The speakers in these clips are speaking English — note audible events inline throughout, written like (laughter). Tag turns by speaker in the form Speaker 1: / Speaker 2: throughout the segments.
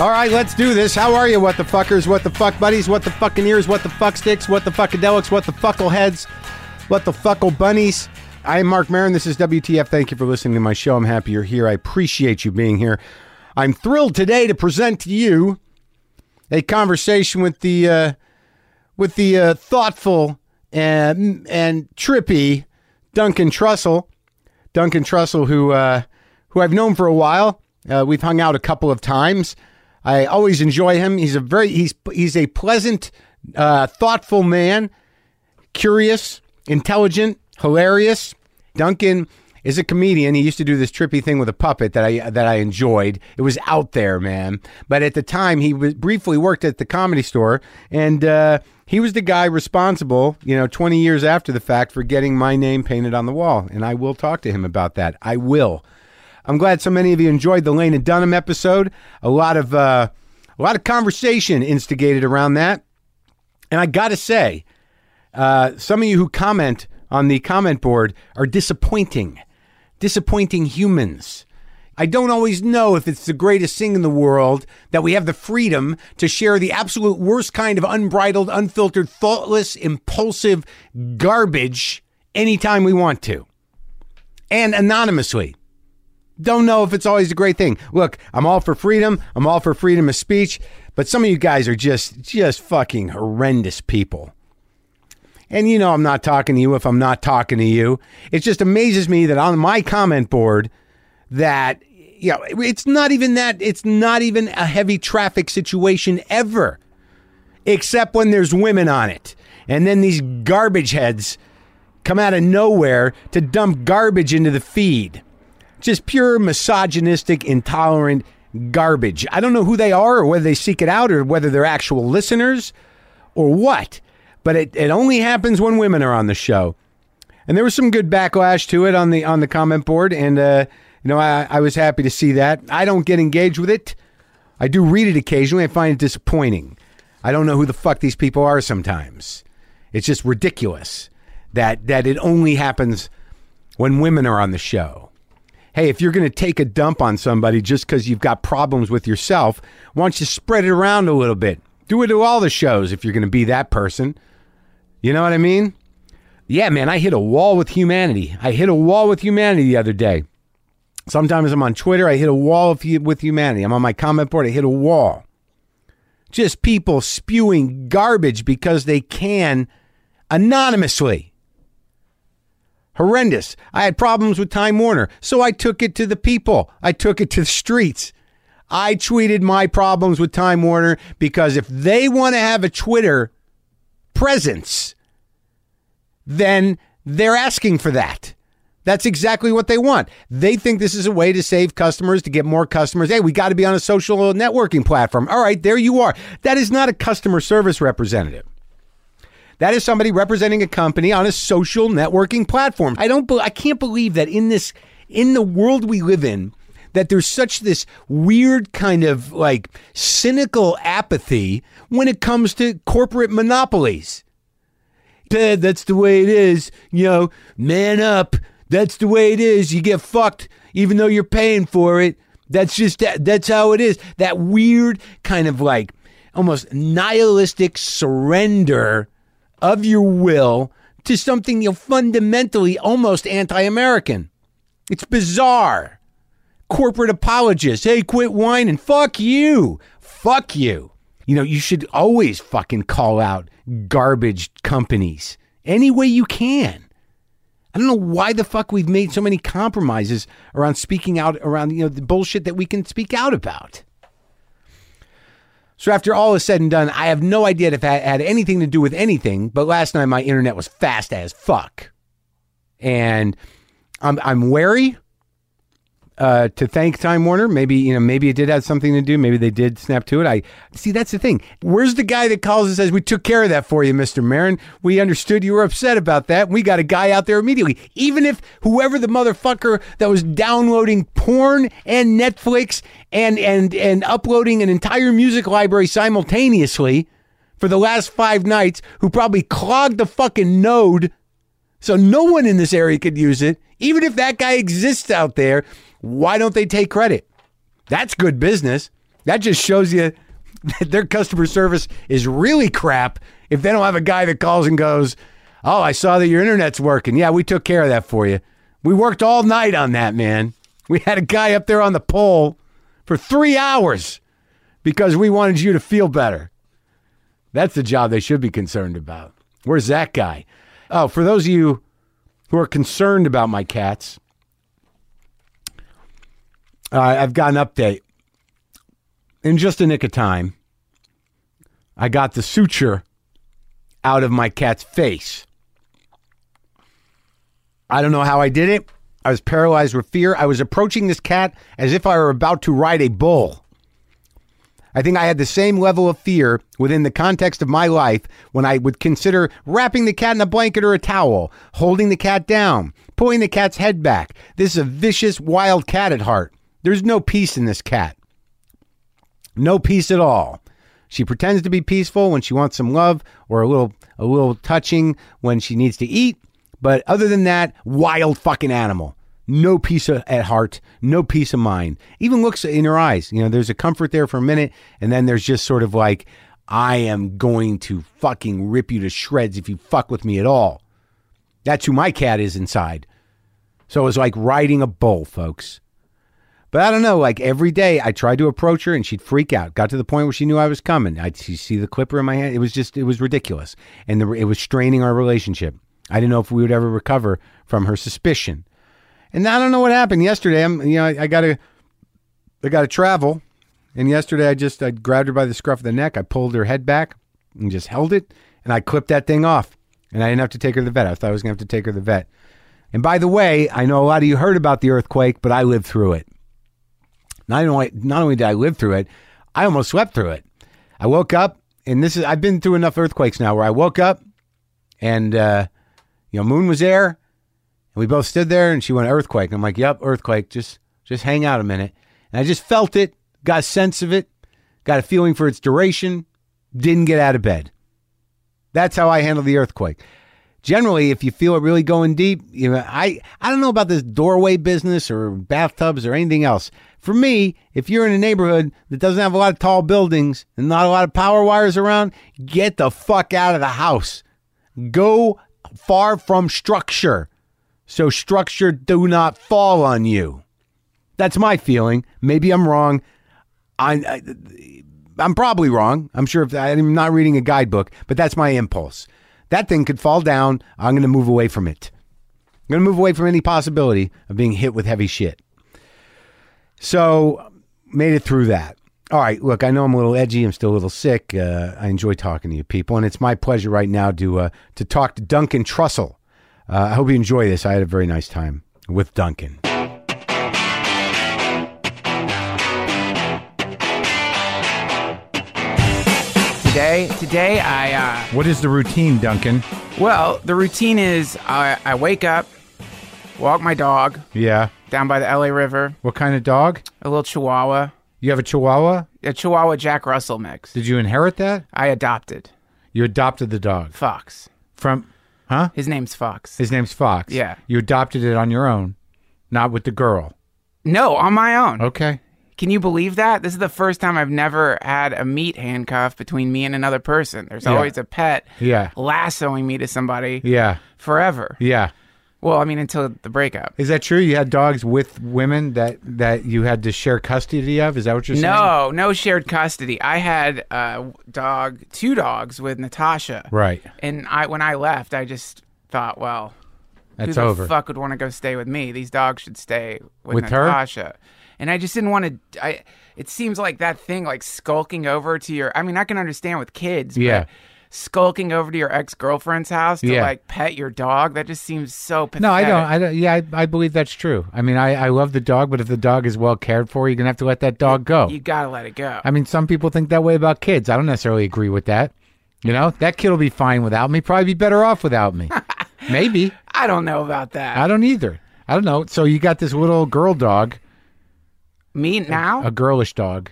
Speaker 1: All right, let's do this. How are you, what the fuckers, what the fuck buddies, what the fucking ears, what the fuck sticks, what the fuckadelics, what the fuckle heads, what the fuckle bunnies? I am Mark Marin. This is WTF. Thank you for listening to my show. I'm happy you're here. I appreciate you being here. I'm thrilled today to present to you a conversation with the uh, with the uh, thoughtful and and trippy Duncan Trussell. Duncan Trussell, who uh, who I've known for a while. Uh, we've hung out a couple of times. I always enjoy him. He's a very he's he's a pleasant, uh, thoughtful man, curious, intelligent, hilarious. Duncan is a comedian. He used to do this trippy thing with a puppet that I that I enjoyed. It was out there, man. But at the time, he was, briefly worked at the comedy store, and uh, he was the guy responsible, you know, 20 years after the fact, for getting my name painted on the wall. And I will talk to him about that. I will. I'm glad so many of you enjoyed the Lane and Dunham episode. A lot of uh, a lot of conversation instigated around that, and I gotta say, uh, some of you who comment on the comment board are disappointing, disappointing humans. I don't always know if it's the greatest thing in the world that we have the freedom to share the absolute worst kind of unbridled, unfiltered, thoughtless, impulsive garbage anytime we want to and anonymously. Don't know if it's always a great thing. Look, I'm all for freedom. I'm all for freedom of speech, but some of you guys are just just fucking horrendous people. And you know I'm not talking to you if I'm not talking to you. It just amazes me that on my comment board that you know it's not even that it's not even a heavy traffic situation ever except when there's women on it. And then these garbage heads come out of nowhere to dump garbage into the feed. Just pure misogynistic, intolerant garbage. I don't know who they are or whether they seek it out or whether they're actual listeners or what, but it, it only happens when women are on the show. And there was some good backlash to it on the on the comment board, and uh, you know I, I was happy to see that. I don't get engaged with it. I do read it occasionally. I find it disappointing. I don't know who the fuck these people are sometimes. It's just ridiculous that that it only happens when women are on the show. Hey, if you're going to take a dump on somebody just because you've got problems with yourself, why don't you spread it around a little bit? Do it to all the shows if you're going to be that person. You know what I mean? Yeah, man, I hit a wall with humanity. I hit a wall with humanity the other day. Sometimes I'm on Twitter, I hit a wall of hu- with humanity. I'm on my comment board, I hit a wall. Just people spewing garbage because they can anonymously. Horrendous. I had problems with Time Warner, so I took it to the people. I took it to the streets. I tweeted my problems with Time Warner because if they want to have a Twitter presence, then they're asking for that. That's exactly what they want. They think this is a way to save customers, to get more customers. Hey, we got to be on a social networking platform. All right, there you are. That is not a customer service representative. That is somebody representing a company on a social networking platform. I don't. Be- I can't believe that in this in the world we live in, that there's such this weird kind of like cynical apathy when it comes to corporate monopolies. Dad, that's the way it is. You know, man up. That's the way it is. You get fucked even though you're paying for it. That's just that. That's how it is. That weird kind of like almost nihilistic surrender of your will to something you know, fundamentally almost anti-American. It's bizarre. Corporate apologists, hey, quit whining. Fuck you. Fuck you. You know, you should always fucking call out garbage companies any way you can. I don't know why the fuck we've made so many compromises around speaking out around, you know, the bullshit that we can speak out about. So after all is said and done, I have no idea if it had anything to do with anything. But last night my internet was fast as fuck, and I'm I'm wary. Uh, to thank Time Warner, maybe you know, maybe it did have something to do. Maybe they did snap to it. I see. That's the thing. Where's the guy that calls and says we took care of that for you, Mister Marin? We understood you were upset about that. We got a guy out there immediately. Even if whoever the motherfucker that was downloading porn and Netflix and and and uploading an entire music library simultaneously for the last five nights, who probably clogged the fucking node. So no one in this area could use it. Even if that guy exists out there, why don't they take credit? That's good business. That just shows you (laughs) that their customer service is really crap if they don't have a guy that calls and goes, Oh, I saw that your internet's working. Yeah, we took care of that for you. We worked all night on that, man. We had a guy up there on the pole for three hours because we wanted you to feel better. That's the job they should be concerned about. Where's that guy? Oh, for those of you who are concerned about my cats, uh, I've got an update. In just a nick of time, I got the suture out of my cat's face. I don't know how I did it. I was paralyzed with fear. I was approaching this cat as if I were about to ride a bull. I think I had the same level of fear within the context of my life when I would consider wrapping the cat in a blanket or a towel, holding the cat down, pulling the cat's head back. This is a vicious, wild cat at heart. There's no peace in this cat. No peace at all. She pretends to be peaceful when she wants some love or a little a little touching when she needs to eat, but other than that, wild fucking animal. No peace of- at heart, no peace of mind. Even looks in her eyes, you know, there's a comfort there for a minute and then there's just sort of like I am going to fucking rip you to shreds if you fuck with me at all. That's who my cat is inside. So it was like riding a bull, folks. But I don't know. Like every day, I tried to approach her, and she'd freak out. Got to the point where she knew I was coming. I she see the clipper in my hand. It was just, it was ridiculous, and the, it was straining our relationship. I didn't know if we would ever recover from her suspicion. And I don't know what happened yesterday. I'm, you know, I, I gotta, I gotta travel. And yesterday, I just, I grabbed her by the scruff of the neck. I pulled her head back and just held it, and I clipped that thing off. And I didn't have to take her to the vet. I thought I was gonna have to take her to the vet. And by the way, I know a lot of you heard about the earthquake, but I lived through it. Not only not only did I live through it, I almost slept through it. I woke up, and this is I've been through enough earthquakes now where I woke up, and uh, you know Moon was there, and we both stood there, and she went earthquake. And I'm like, yep, earthquake. Just just hang out a minute, and I just felt it, got a sense of it, got a feeling for its duration. Didn't get out of bed. That's how I handle the earthquake. Generally, if you feel it really going deep, you know, I I don't know about this doorway business or bathtubs or anything else. For me, if you're in a neighborhood that doesn't have a lot of tall buildings and not a lot of power wires around, get the fuck out of the house. Go far from structure. So structure do not fall on you. That's my feeling. Maybe I'm wrong. I, I I'm probably wrong. I'm sure if I'm not reading a guidebook, but that's my impulse. That thing could fall down. I'm going to move away from it. I'm going to move away from any possibility of being hit with heavy shit. So, made it through that. All right, look, I know I'm a little edgy. I'm still a little sick. Uh, I enjoy talking to you people, and it's my pleasure right now to uh, to talk to Duncan Trussell. Uh, I hope you enjoy this. I had a very nice time with Duncan.
Speaker 2: Today, today I uh,
Speaker 3: What is the routine, Duncan?
Speaker 2: well, the routine is I, I wake up, walk my dog
Speaker 3: Yeah.
Speaker 2: down by the LA River,
Speaker 3: What kind of dog?
Speaker 2: a little Chihuahua,
Speaker 3: You have a Chihuahua?
Speaker 2: a Chihuahua Jack Russell mix.
Speaker 3: Did you inherit that?
Speaker 2: I adopted
Speaker 3: You adopted the dog
Speaker 2: Fox.
Speaker 3: from, huh?
Speaker 2: His name's Fox.
Speaker 3: His name's Fox.
Speaker 2: Yeah.
Speaker 3: You adopted it on your own, not with the girl.
Speaker 2: No, on my own.
Speaker 3: Okay.
Speaker 2: Can you believe that? This is the first time I've never had a meat handcuff between me and another person. There's always a pet
Speaker 3: Yeah.
Speaker 2: lassoing me to somebody
Speaker 3: Yeah.
Speaker 2: forever.
Speaker 3: Yeah.
Speaker 2: Well, I mean, until the breakup.
Speaker 3: Is that true? You had dogs with women that that you had to share custody of? Is that what you're saying?
Speaker 2: No, no shared custody. I had a dog, two dogs with Natasha.
Speaker 3: Right.
Speaker 2: And I when I left, I just thought, well, who
Speaker 3: That's
Speaker 2: the
Speaker 3: over.
Speaker 2: fuck would want to go stay with me? These dogs should stay with,
Speaker 3: With her?
Speaker 2: Natasha. And I just didn't want to. I. It seems like that thing, like skulking over to your. I mean, I can understand with kids.
Speaker 3: Yeah.
Speaker 2: But skulking over to your ex girlfriend's house to
Speaker 3: Yeah.
Speaker 2: like pet your dog. That just seems so pathetic.
Speaker 3: No, I don't. I don't. Yeah, I, I believe that's true. I mean, I, I love the dog, but if the dog is well cared for, you're gonna have to let that dog go.
Speaker 2: You gotta let it go.
Speaker 3: I mean, some people think that way about kids. I don't necessarily agree with that. You know, that kid will be fine without me, probably be better off without
Speaker 2: (laughs)
Speaker 3: me. Maybe.
Speaker 2: I don't know about that.
Speaker 3: I don't either. I don't know. So you got this little girl dog,
Speaker 2: me now?
Speaker 3: a girlish dog.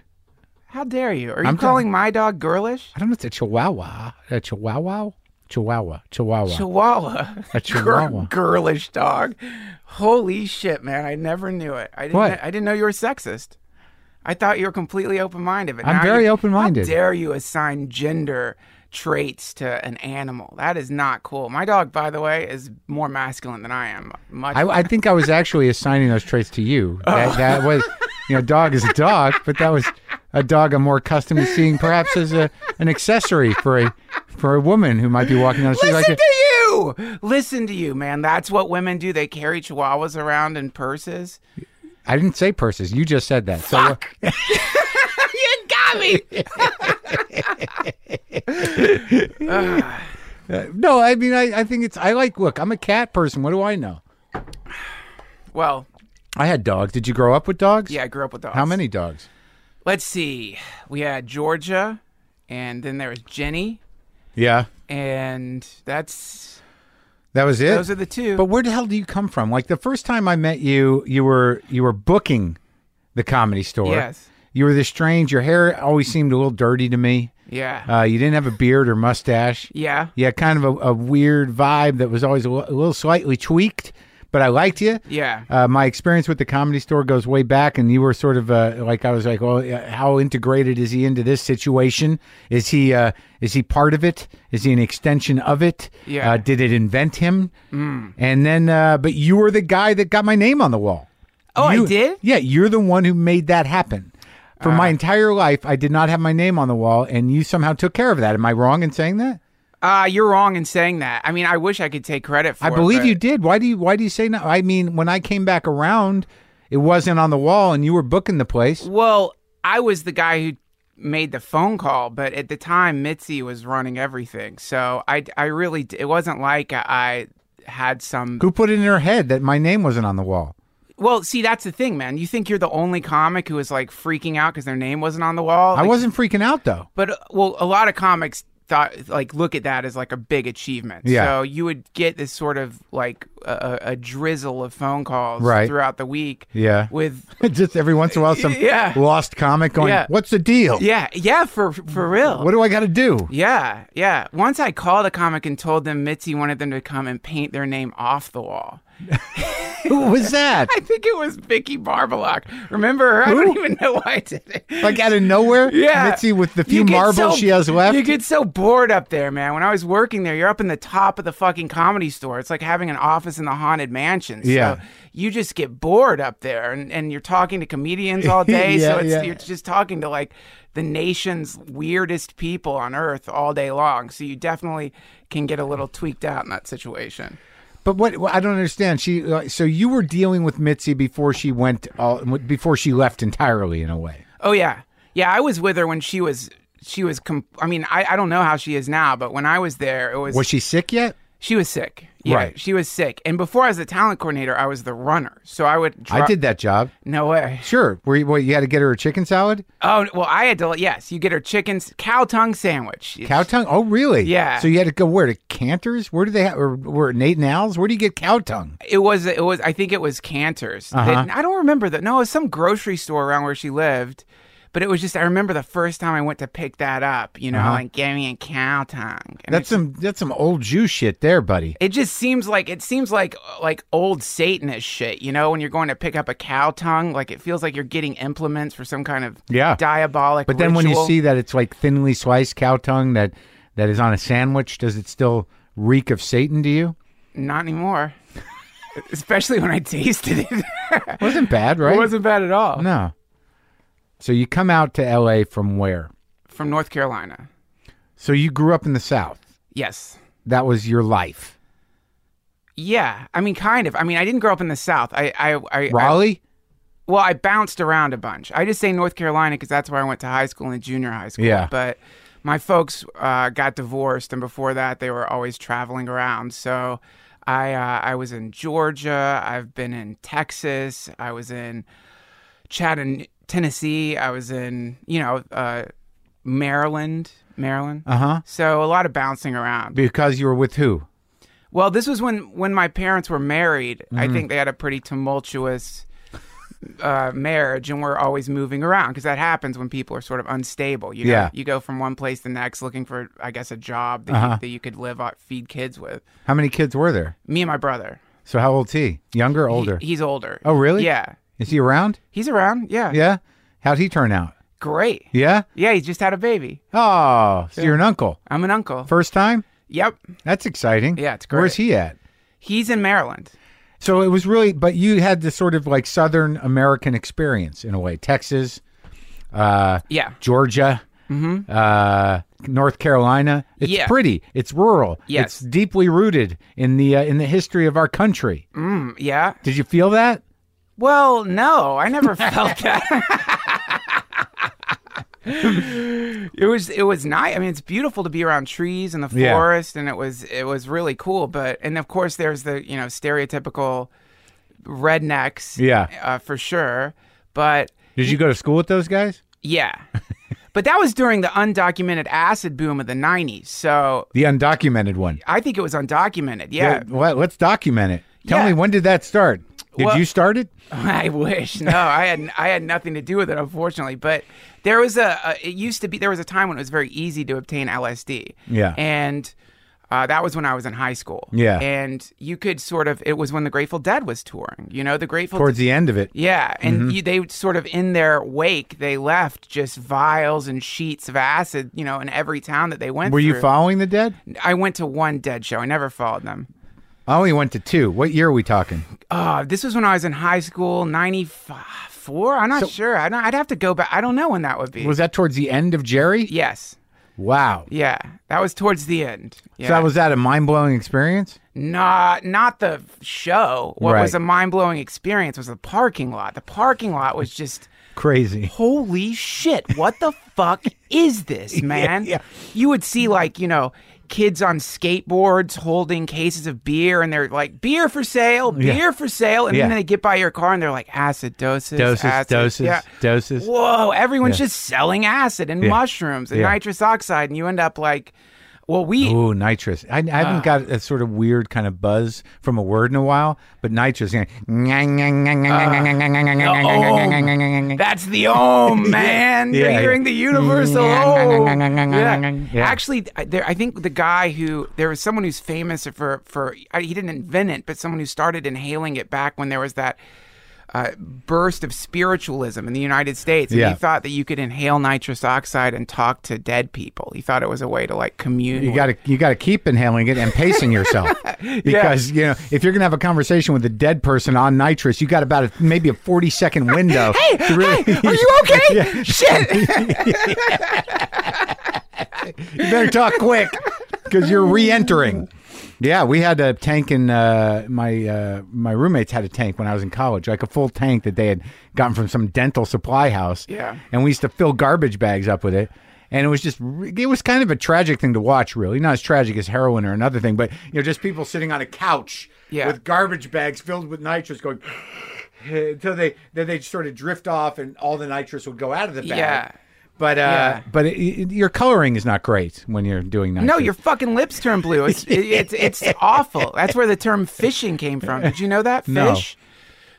Speaker 2: How dare you? Are you
Speaker 3: I'm done.
Speaker 2: calling my dog girlish?
Speaker 3: I don't know. It's a chihuahua. A chihuahua? Chihuahua. Chihuahua.
Speaker 2: Chihuahua. (laughs)
Speaker 3: a chihuahua.
Speaker 2: Gir- girlish dog. Holy shit, man! I never knew it. I didn't.
Speaker 3: What?
Speaker 2: I didn't know you were sexist. I thought you were completely open minded.
Speaker 1: I'm very open-minded.
Speaker 2: How dare you assign gender traits to an animal? That is not cool. My dog, by the way, is more masculine than I am. Much.
Speaker 1: I, I think I was actually assigning those traits to you.
Speaker 2: Oh.
Speaker 1: That, that was, you know, dog is a dog, but that was a dog I'm more accustomed to seeing, perhaps as a, an accessory for a for a woman who might be walking down the street
Speaker 2: Listen
Speaker 1: like a,
Speaker 2: to you. Listen to you, man. That's what women do. They carry chihuahuas around in purses.
Speaker 1: I didn't say purses. You just said that. So uh,
Speaker 2: (laughs) you got me.
Speaker 1: (laughs) uh, no, I mean I, I think it's I like look, I'm a cat person. What do I know?
Speaker 2: Well,
Speaker 1: I had dogs. Did you grow up with dogs?
Speaker 2: yeah, I grew up with dogs.
Speaker 1: How many dogs?
Speaker 2: Let's see. We had Georgia, and then there was Jenny,
Speaker 1: Yeah.
Speaker 2: and that's
Speaker 1: That was it.
Speaker 2: those are the two.
Speaker 1: But where the hell do you come from? Like the first time I met you, you were you were booking the comedy store.
Speaker 2: Yes.
Speaker 1: You were this strange. Your hair always seemed a little dirty to me.
Speaker 2: yeah,
Speaker 1: Uh, you didn't have a beard or mustache.
Speaker 2: yeah,
Speaker 1: You had kind of a, a weird vibe that was always a li- a little slightly tweaked, but I liked you.
Speaker 2: yeah.
Speaker 1: Uh, my experience with the comedy store goes way back, and you were sort of uh, like I was like, well, uh, how integrated is he into this situation? Is he uh, is he part of it? Is he an extension of it?
Speaker 2: Yeah. Mm.
Speaker 1: Uh, did it invent him? And then, uh, but you were the guy that got my name on the wall.
Speaker 2: Oh, I
Speaker 1: You-
Speaker 2: did? Ah.
Speaker 1: Yeah, you're the one who made that happen. For my entire life, I did not have my name on the wall, and you somehow took care of that. Am I wrong in saying that?
Speaker 2: Uh, you're wrong in saying that. I mean, I wish I could take credit for.
Speaker 1: I
Speaker 2: it,
Speaker 1: believe
Speaker 2: but-
Speaker 1: you did. Why do you Why do you say no? I mean, when I came back around, it wasn't on the wall, and you were booking the place.
Speaker 2: Well, I was the guy who made the phone call, but at the time Mitzi was running everything, so I I really d- it wasn't like I had some.
Speaker 1: Who put it in her head that my name wasn't on the wall?
Speaker 2: Well, see, that's the thing, man. You think you're the only comic who is like freaking out because their name wasn't on the wall?
Speaker 1: I
Speaker 2: Like,
Speaker 1: wasn't freaking out though. (laughs)
Speaker 2: But uh, well, a lot of comics thought like look at that as like a big achievement.
Speaker 1: Yeah.
Speaker 2: So you would get this sort of like a, a a drizzle of phone calls
Speaker 1: Right.
Speaker 2: throughout the week.
Speaker 1: Yeah.
Speaker 2: With
Speaker 1: Just every once in a while, some
Speaker 2: Yeah.
Speaker 1: lost comic going,
Speaker 2: Yeah.
Speaker 1: "What's the deal?
Speaker 2: yeah, yeah, for for real.
Speaker 1: What do I got to
Speaker 2: (laughs)
Speaker 1: do?"
Speaker 2: yeah, yeah. Once I called a comic and told them Mitzi wanted them to come and paint their name off the wall.
Speaker 1: Who was that?
Speaker 2: I think it was Vicky Barbalok. Remember her? I don't even know why I did it.
Speaker 1: Like out of nowhere,
Speaker 2: Yeah.
Speaker 1: Mitzi with the
Speaker 2: You
Speaker 1: few
Speaker 2: get
Speaker 1: marbles
Speaker 2: so-
Speaker 1: she has
Speaker 2: You
Speaker 1: left.
Speaker 2: get so bored up there, man. When I was working there, you're up in the top of the fucking comedy store. It's like having an office in the haunted mansion. So
Speaker 1: Yeah.
Speaker 2: you just get bored up there and, and you're talking to comedians
Speaker 1: (laughs)
Speaker 2: all day.
Speaker 1: Yeah,
Speaker 2: so it's,
Speaker 1: yeah.
Speaker 2: you're just talking to like the nation's weirdest people on earth all day long. So you definitely can get a little tweaked out in that situation.
Speaker 1: But what well, I don't understand, she uh, so you were dealing with Mitzi before she went all before she left entirely in a way.
Speaker 2: Oh yeah, yeah. I was with her when she was. She was. Com- I mean, I, I don't know how she is now, but when I was there, it was.
Speaker 1: Was she sick yet?
Speaker 2: She was sick. Yeah,
Speaker 1: Right.
Speaker 2: She was sick. And before I was the talent coordinator, I was the runner. So I would. Dri-
Speaker 1: I did that job.
Speaker 2: No way.
Speaker 1: Sure. Were you, what, you had to get her a chicken salad,
Speaker 2: Oh well, I had to. Yes, you get her chicken s- cow tongue sandwich.
Speaker 1: cow tongue. Oh, really?
Speaker 2: Yeah.
Speaker 1: So you had to go where to Cantor's? Where do they have? Or where Nate and Al's? Where do you get cow tongue?
Speaker 2: It was. It was. I think it was Cantor's.
Speaker 1: Uh-huh.
Speaker 2: They- I don't remember that. No, it was some grocery store around where she lived. But it was just. I remember the first time I went to pick that up. You know, like give me a cow tongue. And
Speaker 1: Uh-huh. That's some that's some old Jew shit there, buddy.
Speaker 2: It just seems like it seems like like old Satanist shit, you know, when you're going to pick up a cow tongue, like it feels like you're getting implements for some kind of
Speaker 1: Yeah.
Speaker 2: diabolic.
Speaker 1: But then when you
Speaker 2: ritual.
Speaker 1: see that it's like thinly sliced cow tongue that that is on a sandwich, does it still reek of Satan to you?
Speaker 2: not anymore, especially when I tasted it, (laughs) it
Speaker 1: Wasn't bad, right?
Speaker 2: wasn't bad at all.
Speaker 1: No. So you come out to L.A. from where?
Speaker 2: From North Carolina,
Speaker 1: So you grew up in the South.
Speaker 2: yes,
Speaker 1: That was your life,
Speaker 2: yeah. I mean, kind of. I mean, I didn't grow up in the South. I, I, I, I
Speaker 1: Raleigh.
Speaker 2: well, I bounced around a bunch. I just say North Carolina because that's where I went to high school and junior high school.
Speaker 1: Yeah.
Speaker 2: But my folks uh, got divorced, and before that, they were always traveling around. So I uh, I was in Georgia. I've been in Texas. I was in Chattan, Tennessee. I was in you know uh, Maryland, Maryland.
Speaker 1: Uh huh.
Speaker 2: So a lot of bouncing around.
Speaker 1: Because you were with who?
Speaker 2: Well, this was when when my parents were married. I
Speaker 1: Mm-hmm.
Speaker 2: think they had a pretty tumultuous uh, marriage, and we're always moving around because that happens when people are sort of unstable. You know,
Speaker 1: Yeah.
Speaker 2: you go from one place to the next looking for, I guess, a job that,
Speaker 1: Uh-huh.
Speaker 2: you, that you could live off, feed kids with.
Speaker 1: How many kids were there?
Speaker 2: Me and my brother.
Speaker 1: So how old's he? Younger, or older?
Speaker 2: He- he's older.
Speaker 1: Oh, really?
Speaker 2: Yeah,
Speaker 1: Is he around?
Speaker 2: he's around. Yeah.
Speaker 1: Yeah. How'd he turn out?
Speaker 2: Great.
Speaker 1: Yeah.
Speaker 2: Yeah, he just had a baby.
Speaker 1: Oh, so you're an uncle.
Speaker 2: I'm an uncle.
Speaker 1: First time?
Speaker 2: Yep.
Speaker 1: That's exciting.
Speaker 2: Yeah, it's
Speaker 1: Where's
Speaker 2: great.
Speaker 1: he at?
Speaker 2: He's in Maryland.
Speaker 1: So it was really, but you had this sort of like Southern American experience in a way. Texas, uh,
Speaker 2: Yeah.
Speaker 1: Georgia, uh, North Carolina. It's
Speaker 2: Mm-hmm. Yeah.
Speaker 1: pretty. It's rural.
Speaker 2: Yes.
Speaker 1: It's deeply rooted in the uh, in the history of our country.
Speaker 2: Mm, yeah.
Speaker 1: Did you feel that?
Speaker 2: Well, no, I never felt that.
Speaker 1: (laughs)
Speaker 2: it was it was nice. I mean, it's beautiful to be around trees and the
Speaker 1: Yeah.
Speaker 2: forest, and it was it was really cool. But and of course, there's the you know stereotypical rednecks,
Speaker 1: Yeah.
Speaker 2: uh, for sure. But
Speaker 1: Did you go to school with those guys? (laughs)
Speaker 2: yeah, but that was during the undocumented acid boom of the '90s. So
Speaker 1: The undocumented one.
Speaker 2: I think it was undocumented. Yeah,
Speaker 1: Well, let's document it. Tell
Speaker 2: Yeah.
Speaker 1: me when did that start? Did
Speaker 2: Well-
Speaker 1: you start it?
Speaker 2: (laughs) I wish. No, I had I had nothing to do with it, unfortunately. But there was a, a it used to be there was a time when it was very easy to obtain LSD.
Speaker 1: Yeah.
Speaker 2: and uh, that was when I was in high school.
Speaker 1: Yeah.
Speaker 2: and you could sort of it was when the Grateful Dead was touring. You know, the Grateful
Speaker 1: Towards the end of it.
Speaker 2: yeah, and
Speaker 1: Mm-hmm.
Speaker 2: you, they sort of in their wake they left just vials and sheets of acid. You know, in every town that they went.
Speaker 1: Were you
Speaker 2: following?
Speaker 1: following the dead?
Speaker 2: I went to one Dead show. I never followed them.
Speaker 1: I only went to two. What year are we talking?
Speaker 2: Uh, this was when I was in high school, 94? I'm not sure. I don't, I'd have to go back. I don't know when that would be.
Speaker 1: Was that towards the end of Jerry?
Speaker 2: yes.
Speaker 1: Wow.
Speaker 2: Yeah. That was towards the end. Yeah.
Speaker 1: So was that a mind blowing experience?
Speaker 2: not, not the show. What was
Speaker 1: Right.
Speaker 2: a mind blowing experience was the parking lot. The parking lot was just. (laughs)
Speaker 1: Crazy.
Speaker 2: holy shit, what the (laughs) fuck is this, man?
Speaker 1: yeah.
Speaker 2: You would see like, you know, kids on skateboards holding cases of beer and they're like, beer for sale, beer for sale. And
Speaker 1: Yeah.
Speaker 2: then they get by your car and they're like, acid doses,
Speaker 1: Doses,
Speaker 2: acid.
Speaker 1: doses,
Speaker 2: yeah.
Speaker 1: doses.
Speaker 2: Whoa, everyone's just selling acid and mushrooms and
Speaker 1: Yeah.
Speaker 2: nitrous oxide. And you end up like, well, we,
Speaker 1: Ooh, nitrous. I, I
Speaker 2: Ah.
Speaker 1: haven't got a sort of weird kind of buzz from a word in a while, but nitrous. yeah.
Speaker 2: (laughs) That's the ohm, man. You're
Speaker 1: (laughs) Yeah, yeah.
Speaker 2: hearing the universal ohm. Yeah.
Speaker 1: (laughs) Yeah.
Speaker 2: Actually, I- there, I think the guy who there was someone who's famous for for I- he didn't invent it, but someone who started inhaling it back when there was that. Uh, burst of spiritualism in the United States, and
Speaker 1: Yeah.
Speaker 2: he thought that you could inhale nitrous oxide and talk to dead people. He thought it was a way to like commune.
Speaker 1: You
Speaker 2: with-
Speaker 1: got to you got to keep inhaling it and
Speaker 2: (laughs)
Speaker 1: pacing yourself because you know if you're gonna have a conversation with a dead person on nitrous, you got about a, maybe a 40 second
Speaker 2: (laughs)
Speaker 1: window. hey,
Speaker 2: Are
Speaker 1: (laughs)
Speaker 2: you okay? Shit!
Speaker 1: You better talk quick because you're re-entering. Yeah, we had a tank in uh, my uh, my roommates had a tank when I was in college, like a full tank that they had gotten from some dental supply house.
Speaker 2: Yeah.
Speaker 1: and we used to fill garbage bags up with it. And it was just, re- it was kind of a tragic thing to watch, really. Not as tragic as heroin or another thing, but you know, just people sitting on a couch
Speaker 2: Yeah.
Speaker 1: with garbage bags filled with nitrous, going (sighs) until they then they sort of drift off, and all the nitrous would go out of the bag.
Speaker 2: Yeah.
Speaker 1: But uh,
Speaker 2: Yeah.
Speaker 1: but it, it, your coloring is not great when you're doing nitrous.
Speaker 2: No, your fucking lips turn blue.
Speaker 1: (laughs)
Speaker 2: It's it, it's it's awful. That's where the term fishing came from. Did you know that fish?
Speaker 1: No.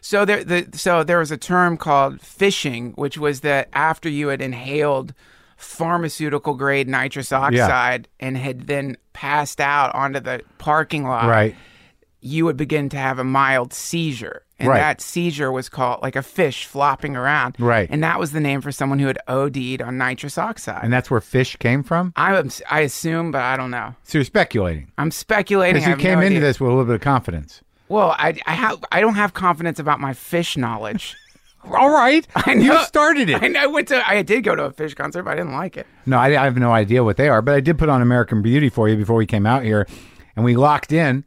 Speaker 2: So there the so there was a term called fishing, which was that after you had inhaled pharmaceutical grade nitrous oxide and had then passed out onto the parking lot,
Speaker 1: right.
Speaker 2: you would begin to have a mild seizure. And
Speaker 1: Right.
Speaker 2: that seizure was called like a fish flopping around.
Speaker 1: Right.
Speaker 2: And that was the name for someone who had OD'd on nitrous oxide.
Speaker 1: And that's where fish came from.
Speaker 2: I, am- I assume, but I don't know.
Speaker 1: So you're speculating
Speaker 2: I'm speculating.
Speaker 1: because
Speaker 2: I
Speaker 1: you
Speaker 2: have
Speaker 1: came
Speaker 2: no
Speaker 1: into
Speaker 2: idea.
Speaker 1: this with a little bit of confidence.
Speaker 2: Well, I I, ha- I don't have confidence about my fish
Speaker 1: (laughs)
Speaker 2: knowledge.
Speaker 1: All right,
Speaker 2: I know.
Speaker 1: (laughs) you started it.
Speaker 2: and (laughs) I went to I did go to a fish concert, but I didn't like it.
Speaker 1: No, I, I have no idea what they are, but I did put on American Beauty for you before we came out here, and we locked in.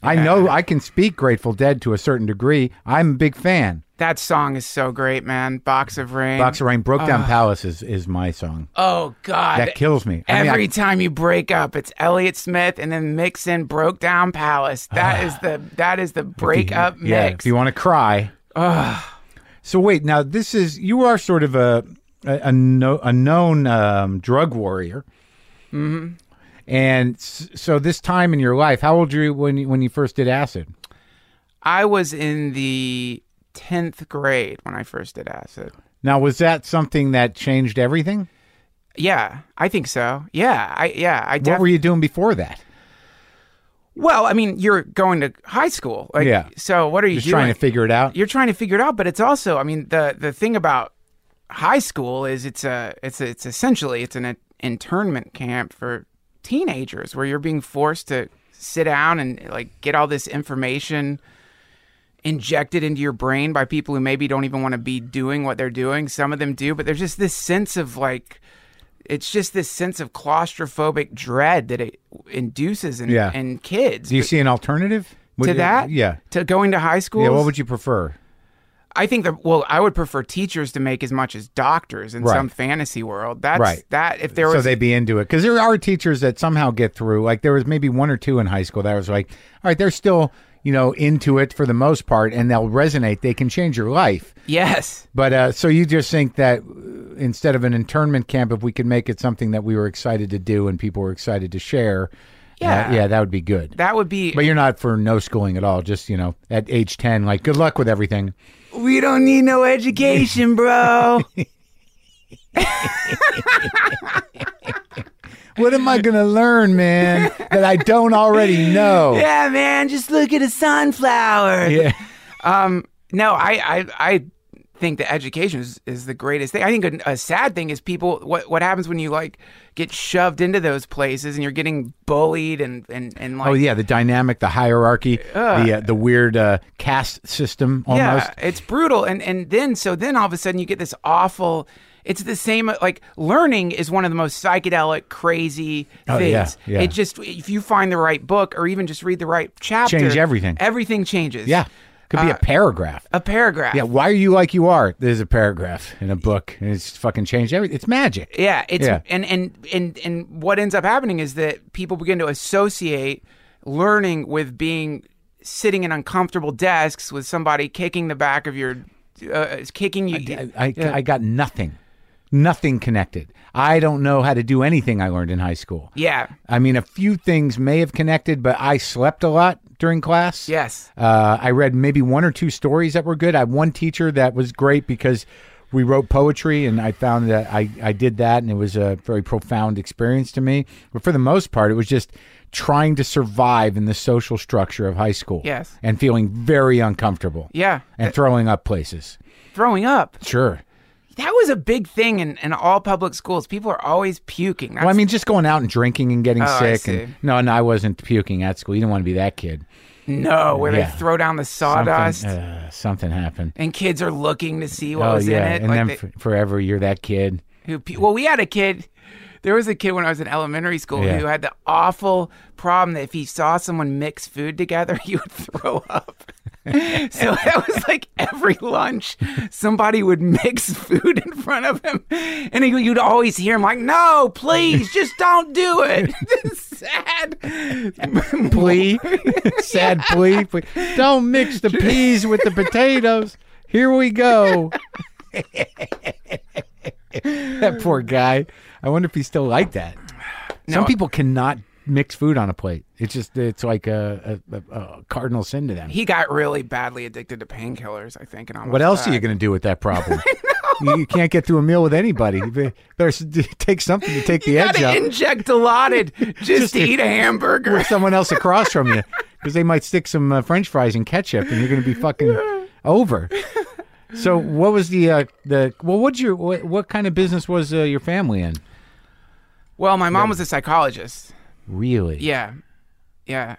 Speaker 1: I know I can speak Grateful Dead to a certain degree. I'm a big fan.
Speaker 2: That song is so great, man. Box of Rain.
Speaker 1: Box of Rain, Broke Down Palace is, is my song.
Speaker 2: Oh God.
Speaker 1: That kills me. I mean, I-
Speaker 2: Every time you break up, it's Elliott Smith and then mix in Broke Down
Speaker 1: (sighs)
Speaker 2: Palace. That is the that is the breakup
Speaker 1: yeah,
Speaker 2: mix.
Speaker 1: if you want to cry. So wait, now this is you are sort of a a, a, no, a known um, drug warrior. Mm-hmm. And s- so this time in your life, how old were you when you, when you first did acid?
Speaker 2: I was in the tenth grade when I first did acid.
Speaker 1: Now was that something that changed everything?
Speaker 2: Yeah, I think so. Yeah, I yeah, I
Speaker 1: What
Speaker 2: definitely.
Speaker 1: were you doing before that?
Speaker 2: Well, I mean, you're going to high school. Like,
Speaker 1: Yeah.
Speaker 2: So what are you
Speaker 1: Just
Speaker 2: doing?
Speaker 1: trying to figure it out.
Speaker 2: You're trying to figure it out, but it's also, I mean, the the thing about high school is it's a it's a, it's essentially it's an in- internment camp for teenagers where you're being forced to sit down and like get all this information injected into your brain by people who maybe don't even want to be doing what they're doing. Some of them do, but there's just this sense of like it's just this sense of claustrophobic dread that it induces in,
Speaker 1: Yeah.
Speaker 2: in kids
Speaker 1: Do you see an alternative Would
Speaker 2: to
Speaker 1: you-
Speaker 2: that.
Speaker 1: Yeah.
Speaker 2: to going to high school.
Speaker 1: Yeah. What would you prefer?
Speaker 2: I think that well, I would prefer teachers to make as much as doctors in
Speaker 1: Right.
Speaker 2: some fantasy world. That's
Speaker 1: Right.
Speaker 2: that if there was
Speaker 1: so they'd be into it because there are teachers that somehow get through like there was maybe one or two in high school that was like all right they're still you know into it for the most part and they'll resonate they can change your life
Speaker 2: yes.
Speaker 1: but uh, so you just think that uh, instead of an internment camp if we could make it something that we were excited to do and people were excited to share uh,
Speaker 2: Yeah.
Speaker 1: yeah that would be good
Speaker 2: That would be
Speaker 1: but you're not for no schooling at all just you know at age 10 like good luck with everything
Speaker 2: we don't need no education,
Speaker 1: (laughs)
Speaker 2: bro.
Speaker 1: what am i gonna learn man that i don't already know
Speaker 2: (laughs) yeah, man, just look at a sunflower.
Speaker 1: yeah.
Speaker 2: Um, no, I, I, I think that education is, is the greatest thing. I think a, a sad thing is people. What what happens when you like get shoved into those places and you're getting bullied and and and like
Speaker 1: Oh yeah, the dynamic, the hierarchy, the uh, the weird uh, caste system almost.
Speaker 2: Yeah, it's brutal. And and then so then all of a sudden you get this awful. It's the same. Like learning is one of the most psychedelic, crazy
Speaker 1: Oh, yeah,
Speaker 2: things.
Speaker 1: yeah.
Speaker 2: It just if you find the right book or even just read the right chapter,
Speaker 1: Change everything.
Speaker 2: Everything changes.
Speaker 1: Yeah, could
Speaker 2: Uh.
Speaker 1: be a paragraph.
Speaker 2: a paragraph.
Speaker 1: yeah, why are you like you are? There's a paragraph in a book, and it's fucking changed everything. It's magic.
Speaker 2: Yeah, it's
Speaker 1: Yeah.
Speaker 2: and and and and what ends up happening is that people begin to associate learning with being sitting in uncomfortable desks with somebody kicking the back of your uh, kicking you.
Speaker 1: I, I, I got nothing, nothing connected. I don't know how to do anything I learned in high school.
Speaker 2: yeah.
Speaker 1: I mean, a few things may have connected, but I slept a lot during class.
Speaker 2: Yes.
Speaker 1: Uh, I read maybe one or two stories that were good. I had one teacher that was great because we wrote poetry, and I found that I, I did that, and it was a very profound experience to me. But for the most part, it was just trying to survive in the social structure of high school.
Speaker 2: Yes.
Speaker 1: And feeling very uncomfortable.
Speaker 2: Yeah.
Speaker 1: And throwing up places.
Speaker 2: Throwing up.
Speaker 1: Sure.
Speaker 2: That was a big thing in, in all public schools. People are always puking. That's,
Speaker 1: Well, I mean, just going out and drinking and getting
Speaker 2: Oh, I
Speaker 1: sick.
Speaker 2: see.
Speaker 1: And, no, no, I wasn't puking at school. You didn't want to be that kid.
Speaker 2: no, where
Speaker 1: yeah.
Speaker 2: they throw down the
Speaker 1: Something-
Speaker 2: sawdust
Speaker 1: uh, something happened.
Speaker 2: and kids are looking to see what
Speaker 1: oh,
Speaker 2: was
Speaker 1: yeah.
Speaker 2: in it.
Speaker 1: and
Speaker 2: like
Speaker 1: then
Speaker 2: they-
Speaker 1: f- forever, you're
Speaker 2: (laughs)
Speaker 1: that kid.
Speaker 2: who, pu- well, we had a kid. There was a kid when I was in elementary school
Speaker 1: Yeah.
Speaker 2: who had the awful problem that if he saw someone mix food together, (laughs) he would throw up. (laughs) so that was like every lunch, somebody would mix food in front of him, and he, you'd always hear him like, "No, please, just don't do it." (laughs) Sad. (laughs)
Speaker 1: plea, (laughs) sad plea. plea. Don't mix the peas with the potatoes. Here we go. (laughs) that poor guy. I wonder if he's still
Speaker 2: (sighs)
Speaker 1: like that. Some people cannot mix food on a plate. It's just it's like a, a, a, a cardinal sin to them.
Speaker 2: He got really badly addicted to painkillers, I think. And almost
Speaker 1: What else
Speaker 2: died.
Speaker 1: are you going to do with
Speaker 2: (laughs)
Speaker 1: that problem? You you can't get through a meal with anybody. (laughs) You be- Better s- take something to take the edge
Speaker 2: Gotta
Speaker 1: out.
Speaker 2: inject Dilaudid just, to
Speaker 1: to-
Speaker 2: eat a hamburger.
Speaker 1: with someone else across from you because they might stick some uh, French fries and ketchup, and you're going to be fucking over. So, what was the uh, the well? What's your what, what kind of business was uh, your family in?
Speaker 2: Well, my mom was a psychologist.
Speaker 1: Really?
Speaker 2: Yeah, yeah,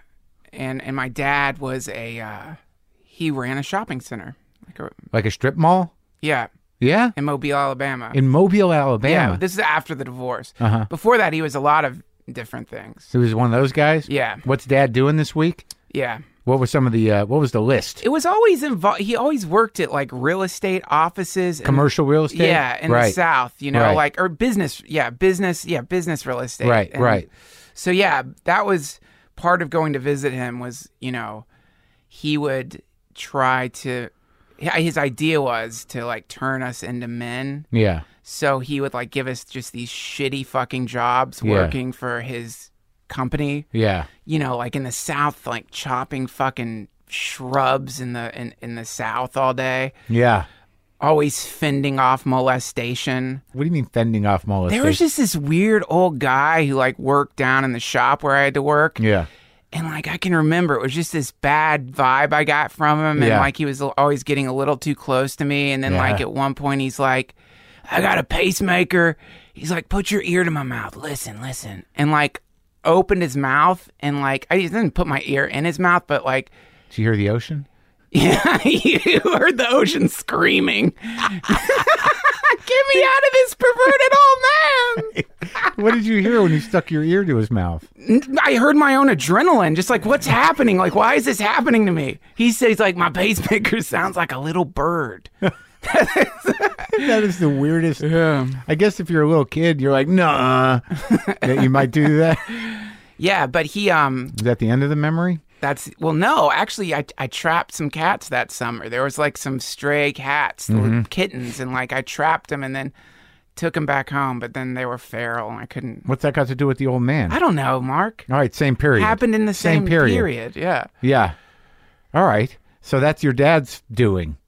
Speaker 2: and and my dad was a uh, he ran a shopping center. Like a,
Speaker 1: Like a strip mall?
Speaker 2: yeah,
Speaker 1: Yeah,
Speaker 2: in Mobile, Alabama.
Speaker 1: in Mobile,
Speaker 2: yeah,
Speaker 1: Alabama.
Speaker 2: this is after the divorce.
Speaker 1: Uh-huh.
Speaker 2: Before that, he was a lot of different things.
Speaker 1: he was one of those guys.
Speaker 2: Yeah,
Speaker 1: What's Dad doing this week?
Speaker 2: yeah.
Speaker 1: What was some of the uh, what was the list?
Speaker 2: It was always involved. He always worked at like real estate offices. and-
Speaker 1: Commercial real estate.
Speaker 2: Yeah, in
Speaker 1: right.
Speaker 2: the South, you know,
Speaker 1: Right.
Speaker 2: like or business. Yeah, business. Yeah, business real estate.
Speaker 1: Right,
Speaker 2: And
Speaker 1: right.
Speaker 2: So yeah, that was part of going to visit him was you know he would try to his idea was to like turn us into men.
Speaker 1: Yeah.
Speaker 2: So he would like give us just these shitty fucking jobs
Speaker 1: Yeah.
Speaker 2: working for his company.
Speaker 1: Yeah.
Speaker 2: You know, like in the South, like chopping fucking shrubs in the in, in the South all day,
Speaker 1: Yeah.
Speaker 2: always fending off molestation.
Speaker 1: What do you mean fending off molestation?
Speaker 2: There was just this weird old guy who like worked down in the shop where I had to work.
Speaker 1: yeah.
Speaker 2: And like I can remember it was just this bad vibe I got from him and
Speaker 1: Yeah.
Speaker 2: like he was always getting a little too close to me and then
Speaker 1: Yeah.
Speaker 2: like at one point he's like I got a pacemaker. He's like, put your ear to my mouth. Listen, listen. And like opened his mouth and like, I he didn't put my ear in his mouth, but like, (laughs)
Speaker 1: Did you hear the ocean?
Speaker 2: yeah, you heard the ocean screaming. (laughs) Get me out of this perverted old man.
Speaker 1: What did you hear when you stuck your ear to his mouth?
Speaker 2: I heard my own adrenaline, just like, what's happening? Like, why is this happening to me? He says, like, my pacemaker (laughs) sounds like a little bird.
Speaker 1: That is the weirdest. I guess if you're a little kid, you're like, (laughs) nah, that you might do that.
Speaker 2: Yeah, but he, um,
Speaker 1: Is that the end of the memory?
Speaker 2: that's, well, no, actually, I, I trapped some cats that summer. There was like some stray cats, that
Speaker 1: Mm-hmm.
Speaker 2: were kittens, and like I trapped them and then took them back home, but then they were feral and I couldn't,
Speaker 1: What's that got to do with the old man?
Speaker 2: I don't know, Mark.
Speaker 1: All right, same period.
Speaker 2: Happened in the same,
Speaker 1: Same period.
Speaker 2: period. Yeah.
Speaker 1: Yeah. All right. So that's your dad's doing.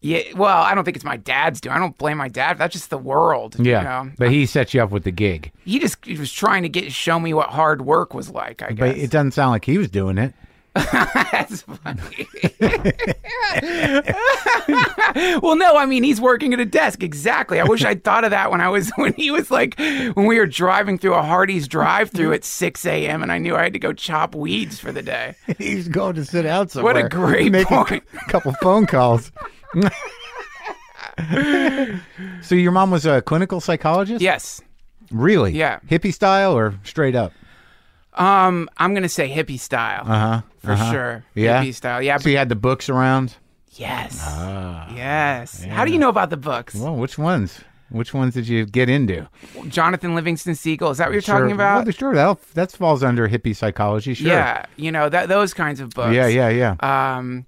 Speaker 2: Yeah. Well, I don't think it's my dad's doing. I don't blame my dad. That's just the world.
Speaker 1: Yeah.
Speaker 2: You know?
Speaker 1: But he set you up with the gig.
Speaker 2: he just he was trying to get show me what hard work was like. I (laughs) guess
Speaker 1: But it doesn't sound like he was doing it.
Speaker 2: that's funny. (laughs) well, no, I mean he's working at a desk. Exactly. I wish I'd thought of that when I was (laughs) when he was like when we were driving through a Hardee's drive-through at 6 a.m. and I knew I had to go chop weeds for the
Speaker 1: (laughs)
Speaker 2: day.
Speaker 1: (laughs) He's going to sit out somewhere.
Speaker 2: What a great
Speaker 1: Make (laughs) a
Speaker 2: point.
Speaker 1: couple phone calls. (laughs) so your mom was a clinical psychologist?
Speaker 2: Yes,
Speaker 1: Really?
Speaker 2: Yeah.
Speaker 1: Hippie style or straight up?
Speaker 2: um, I'm gonna say hippie style
Speaker 1: Uh huh.
Speaker 2: for sure.
Speaker 1: Yeah?
Speaker 2: hippie style. Yeah.
Speaker 1: So you had the books around?
Speaker 2: yes. yes. How do you know about the books?
Speaker 1: Ah. Well, which ones? Which ones did you get into?
Speaker 2: Jonathan Livingston Seagull. Is that what you're
Speaker 1: Sure.
Speaker 2: talking about?
Speaker 1: Well, sure, that that falls under hippie psychology. Sure.
Speaker 2: Yeah, you know that those kinds of books.
Speaker 1: Yeah, yeah, yeah.
Speaker 2: Um,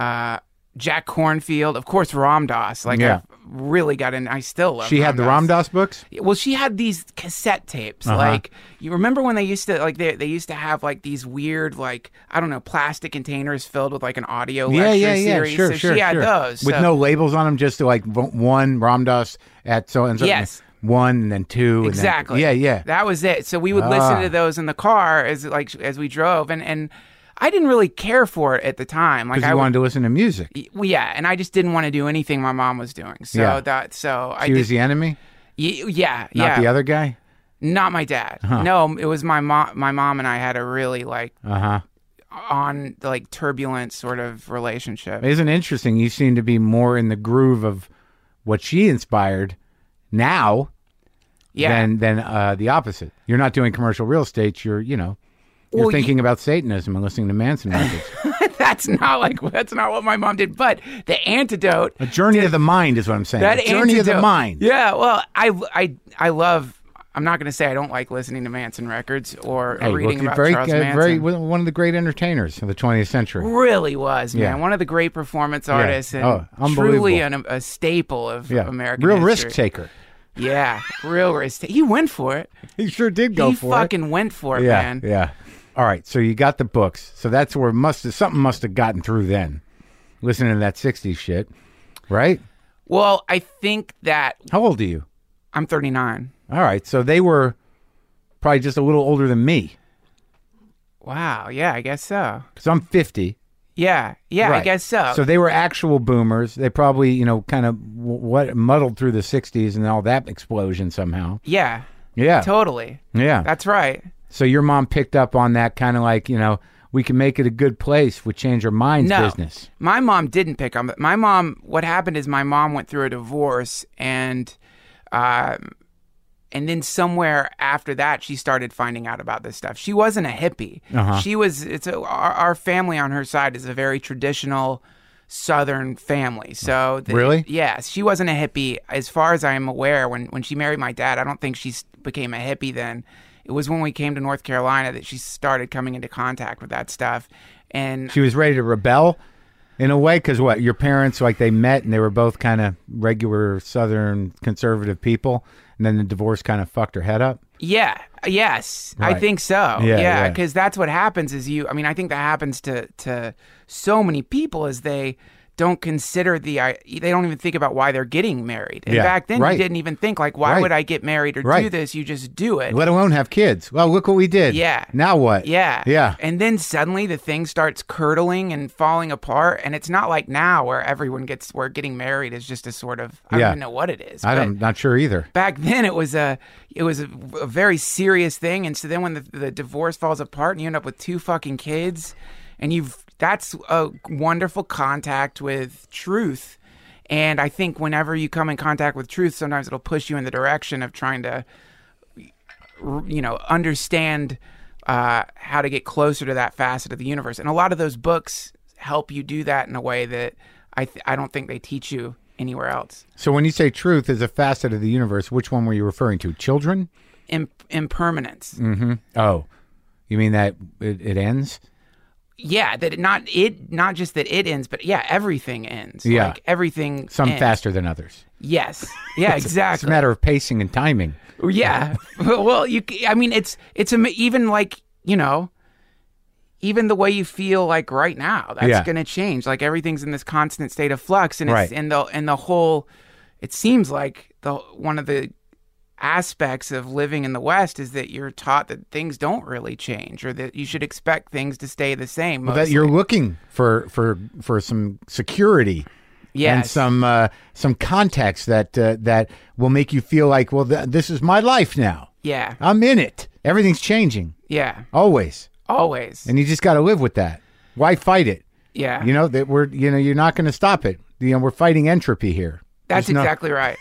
Speaker 2: uh, Jack Cornfield, of course, Ram Dass. Like,
Speaker 1: Yeah.
Speaker 2: I really got in. I still love.
Speaker 1: she had the Ram Dass Uh-huh. books.
Speaker 2: Well, she had these cassette tapes. Like, you remember when they used to like they they used to have like these weird like I don't know plastic containers filled with like an audio
Speaker 1: Yeah,
Speaker 2: lecture
Speaker 1: yeah, yeah.
Speaker 2: series.
Speaker 1: Sure,
Speaker 2: so
Speaker 1: sure,
Speaker 2: she had
Speaker 1: sure.
Speaker 2: those
Speaker 1: with
Speaker 2: so-
Speaker 1: no labels on them, just like v- one Ram Dass at so and so.
Speaker 2: Yes.
Speaker 1: One and then two. and then-
Speaker 2: Exactly.
Speaker 1: yeah, yeah.
Speaker 2: That was it. So we would
Speaker 1: Ah.
Speaker 2: listen to those in the car as like as we drove, and and I didn't really care for it at the time. Like
Speaker 1: Because
Speaker 2: I
Speaker 1: you
Speaker 2: would-
Speaker 1: wanted to listen to music. She
Speaker 2: well, yeah, and I just didn't want to do anything my mom was doing. So
Speaker 1: Yeah.
Speaker 2: that, so I
Speaker 1: was
Speaker 2: did,
Speaker 1: the enemy,
Speaker 2: y- yeah,
Speaker 1: not
Speaker 2: yeah,
Speaker 1: the other guy.
Speaker 2: not my dad. No, it was my mom. My mom and I had a really like
Speaker 1: Uh huh.
Speaker 2: on like turbulent sort of relationship.
Speaker 1: Isn't it interesting? You seem to be more in the groove of what she inspired now
Speaker 2: yeah,
Speaker 1: than than uh, the opposite. You're not doing commercial real estate. You're you know you're
Speaker 2: Well, you-
Speaker 1: thinking about Satanism and listening
Speaker 2: (laughs)
Speaker 1: to Manson records.
Speaker 2: that's not like that's not what my mom did. But the antidote
Speaker 1: A journey of the mind is what I'm saying.
Speaker 2: that
Speaker 1: a journey of the
Speaker 2: antidote-
Speaker 1: mind.
Speaker 2: Yeah, well, I I I love. I'm not going to say I don't like listening to Manson records or, or
Speaker 1: Hey,
Speaker 2: reading
Speaker 1: look,
Speaker 2: about
Speaker 1: very,
Speaker 2: Charles
Speaker 1: uh,
Speaker 2: Manson.
Speaker 1: very one of the great entertainers of the 20th century.
Speaker 2: really was, man.
Speaker 1: Yeah.
Speaker 2: One of the great performance artists
Speaker 1: Oh,
Speaker 2: and
Speaker 1: unbelievable.
Speaker 2: truly an, a staple of
Speaker 1: Yeah,
Speaker 2: American
Speaker 1: real
Speaker 2: history.
Speaker 1: risk taker.
Speaker 2: Yeah, real risk. ta- He went for it.
Speaker 1: He sure did go
Speaker 2: he
Speaker 1: for
Speaker 2: fucking went for it,
Speaker 1: it. Yeah,
Speaker 2: man.
Speaker 1: yeah. All right, so you got the books. So that's where must have, something must have gotten through then. Listening to that 60s shit, right?
Speaker 2: Well, I think that
Speaker 1: How old are you?
Speaker 2: I'm 39.
Speaker 1: All right, so they were probably just a little older than me
Speaker 2: Wow. Yeah, I guess so.
Speaker 1: because I'm 50.
Speaker 2: Yeah. Yeah, I
Speaker 1: Right.
Speaker 2: guess so.
Speaker 1: So they were actual boomers. They probably, you know, kind of w- what muddled through the 60s and all that explosion somehow.
Speaker 2: yeah,
Speaker 1: Yeah.
Speaker 2: totally.
Speaker 1: yeah.
Speaker 2: That's right.
Speaker 1: So your mom picked up on that kind of like, you know, we can make it a good place with change our minds
Speaker 2: No.
Speaker 1: business.
Speaker 2: My mom didn't pick up. My mom, what happened is my mom went through a divorce and, um, and then somewhere after that, she started finding out about this stuff. She wasn't a hippie.
Speaker 1: Uh-huh.
Speaker 2: She was. It's a, our, our family on her side is a very traditional Southern family. So the-
Speaker 1: Really?
Speaker 2: yes, she wasn't a hippie, as far as I am aware. When when she married my dad, I don't think she s- became a hippie then. It was when we came to North Carolina that she started coming into contact with that stuff. And
Speaker 1: She was ready to rebel in a way because what your parents like they met and they were both kind of regular Southern conservative people, and then the divorce kind of fucked her head up.
Speaker 2: Yeah. Yes, I
Speaker 1: Right.
Speaker 2: think so.
Speaker 1: Yeah,
Speaker 2: Yeah,
Speaker 1: yeah.
Speaker 2: because that's what happens. Is you? I mean, I think that happens to to so many people. Is they don't consider the I, they don't even think about why they're getting married. And
Speaker 1: Yeah,
Speaker 2: back then
Speaker 1: right.
Speaker 2: you didn't even think like why
Speaker 1: Right.
Speaker 2: would I get married or do
Speaker 1: Right.
Speaker 2: this? You just do it.
Speaker 1: let alone have kids. Well, look what we did.
Speaker 2: Yeah.
Speaker 1: Now what?
Speaker 2: Yeah.
Speaker 1: Yeah.
Speaker 2: And then suddenly the thing starts curdling and falling apart. And it's not like now where everyone gets, where getting married is just a sort of, I
Speaker 1: Yeah.
Speaker 2: don't even know what it is.
Speaker 1: I
Speaker 2: but
Speaker 1: don't, not sure either.
Speaker 2: Back then it was a, it was a, a very serious thing. And so then when the, the divorce falls apart and you end up with two fucking kids and you've, that's a wonderful contact with truth. And I think whenever you come in contact with truth, sometimes it'll push you in the direction of trying to r- you know understand uh, how to get closer to that facet of the universe and a lot of those books help you do that in a way that i th- i don't think they teach you anywhere else
Speaker 1: So when you say truth is a facet of the universe, which one were you referring to? Children?
Speaker 2: Im- impermanence
Speaker 1: Oh, you mean that it, it ends?
Speaker 2: yeah that it not it not just that it ends but yeah everything ends
Speaker 1: Yeah.
Speaker 2: like everything
Speaker 1: Some
Speaker 2: ends.
Speaker 1: faster than others.
Speaker 2: yes yeah
Speaker 1: (laughs) It's a
Speaker 2: exactly
Speaker 1: matter of pacing and timing.
Speaker 2: yeah (laughs) well you c- i mean it's it's am- even like you know even the way you feel like right now that's
Speaker 1: Yeah.
Speaker 2: going to change like everything's in this constant state of flux and it's
Speaker 1: Right.
Speaker 2: and the and the whole it seems like the one of the aspects of living in the west is that you're taught that things don't really change or that you should expect things to stay the same
Speaker 1: Well, that
Speaker 2: mostly.
Speaker 1: you're looking for for for some security and
Speaker 2: Yes.
Speaker 1: some uh, some context that uh, that will make you feel like, well, th- this is my life now.
Speaker 2: yeah
Speaker 1: I'm in it. Everything's changing
Speaker 2: yeah
Speaker 1: always,
Speaker 2: always
Speaker 1: and you just got to live with that. Why fight it?
Speaker 2: yeah
Speaker 1: You know that we're you know you're not going to stop it. You know we're fighting entropy here.
Speaker 2: that's
Speaker 1: There's no-
Speaker 2: exactly right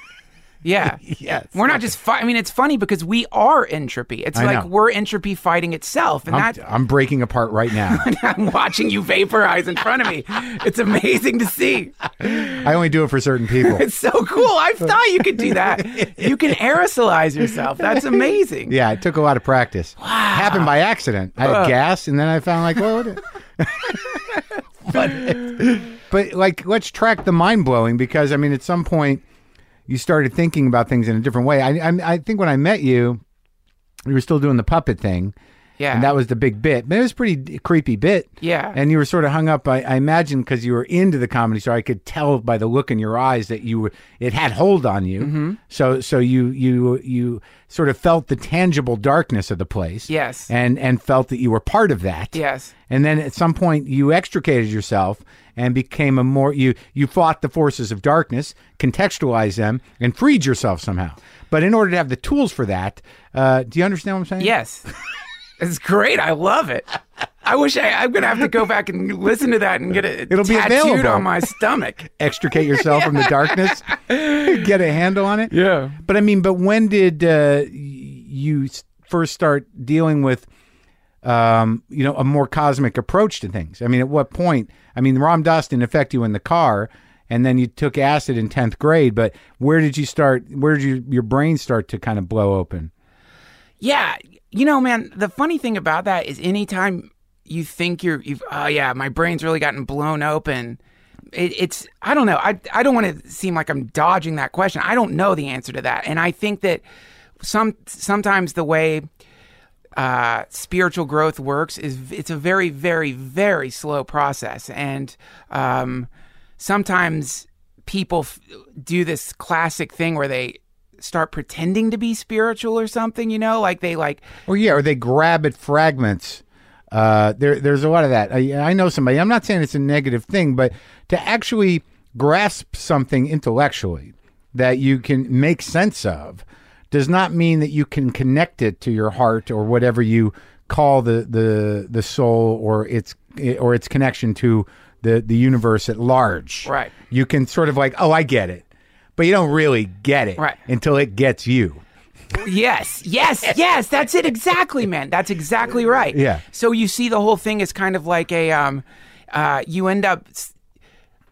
Speaker 2: yeah
Speaker 1: (laughs) Yes.
Speaker 2: We're not just fight. I mean, it's funny because we are entropy. It's
Speaker 1: I
Speaker 2: like
Speaker 1: know.
Speaker 2: we're entropy fighting itself, and
Speaker 1: I'm,
Speaker 2: that
Speaker 1: I'm breaking apart right now.
Speaker 2: (laughs) I'm watching you vaporize in front of me. It's amazing to see.
Speaker 1: I only do it for certain people.
Speaker 2: (laughs) It's so cool.
Speaker 1: (laughs)
Speaker 2: I thought you could do that. You can aerosolize yourself.
Speaker 1: (laughs)
Speaker 2: That's amazing.
Speaker 1: Yeah, it took a lot of practice. Wow. Happened by accident. I had gas, and then I found like, well, what-
Speaker 2: (laughs)
Speaker 1: but (laughs) but like, let's track the mind blowing because I mean, at some point, you started thinking about things in a different way. I I, I think when I met you, you were still doing the puppet thing,
Speaker 2: Yeah.
Speaker 1: and that was the big bit. But it was a pretty d- creepy bit.
Speaker 2: Yeah.
Speaker 1: And you were sort of hung up. I, I imagine because you were into the comedy, so I could tell by the look in your eyes that you were. It had hold on you. So so you you you sort of felt the tangible darkness of the place.
Speaker 2: Yes.
Speaker 1: And and felt that you were part of that.
Speaker 2: yes.
Speaker 1: And then at some point you extricated yourself and became a more you you fought the forces of darkness, contextualized them, and freed yourself somehow. But in order to have the tools for that, uh, do you understand what I'm saying?
Speaker 2: Yes. It's great. I love it. I wish I, I'm gonna have to go back and listen to that and get it
Speaker 1: It'll be
Speaker 2: tattooed
Speaker 1: available.
Speaker 2: on my stomach.
Speaker 1: Extricate yourself from the darkness, get a handle on it.
Speaker 2: Yeah.
Speaker 1: But I mean, but when did uh, y- you s- first start dealing with, um, you know, a more cosmic approach to things? I mean, at what point? I mean, Ram Dass didn't affect you in the car, and then you took acid in tenth grade. But where did you start? Where did you, your brain start to kind of blow open?
Speaker 2: Yeah, you know, man. The funny thing about that is, anytime you think you're, you've, oh yeah, my brain's really gotten blown open. It, it's, I don't know. I, I don't want to seem like I'm dodging that question. I don't know the answer to that, and I think that some sometimes the way uh, spiritual growth works is v- it's a very, very, very slow process, and um, sometimes people f- do this classic thing where they start pretending to be spiritual or something. You know, like they like
Speaker 1: Or yeah, or they grab at fragments. Uh, there, there's a lot of that. I, I know somebody. I'm not saying it's a negative thing, but to actually grasp something intellectually that you can make sense of does not mean that you can connect it to your heart or whatever you call the the the soul or its or its connection to the the universe at large.
Speaker 2: Right.
Speaker 1: You can sort of like, oh, I get it, but you don't really get it
Speaker 2: Right.
Speaker 1: until it gets you.
Speaker 2: Yes, yes, yes. That's it exactly, man. That's exactly right.
Speaker 1: Yeah.
Speaker 2: So you see, the whole thing is kind of like a, um, uh, you end up. s-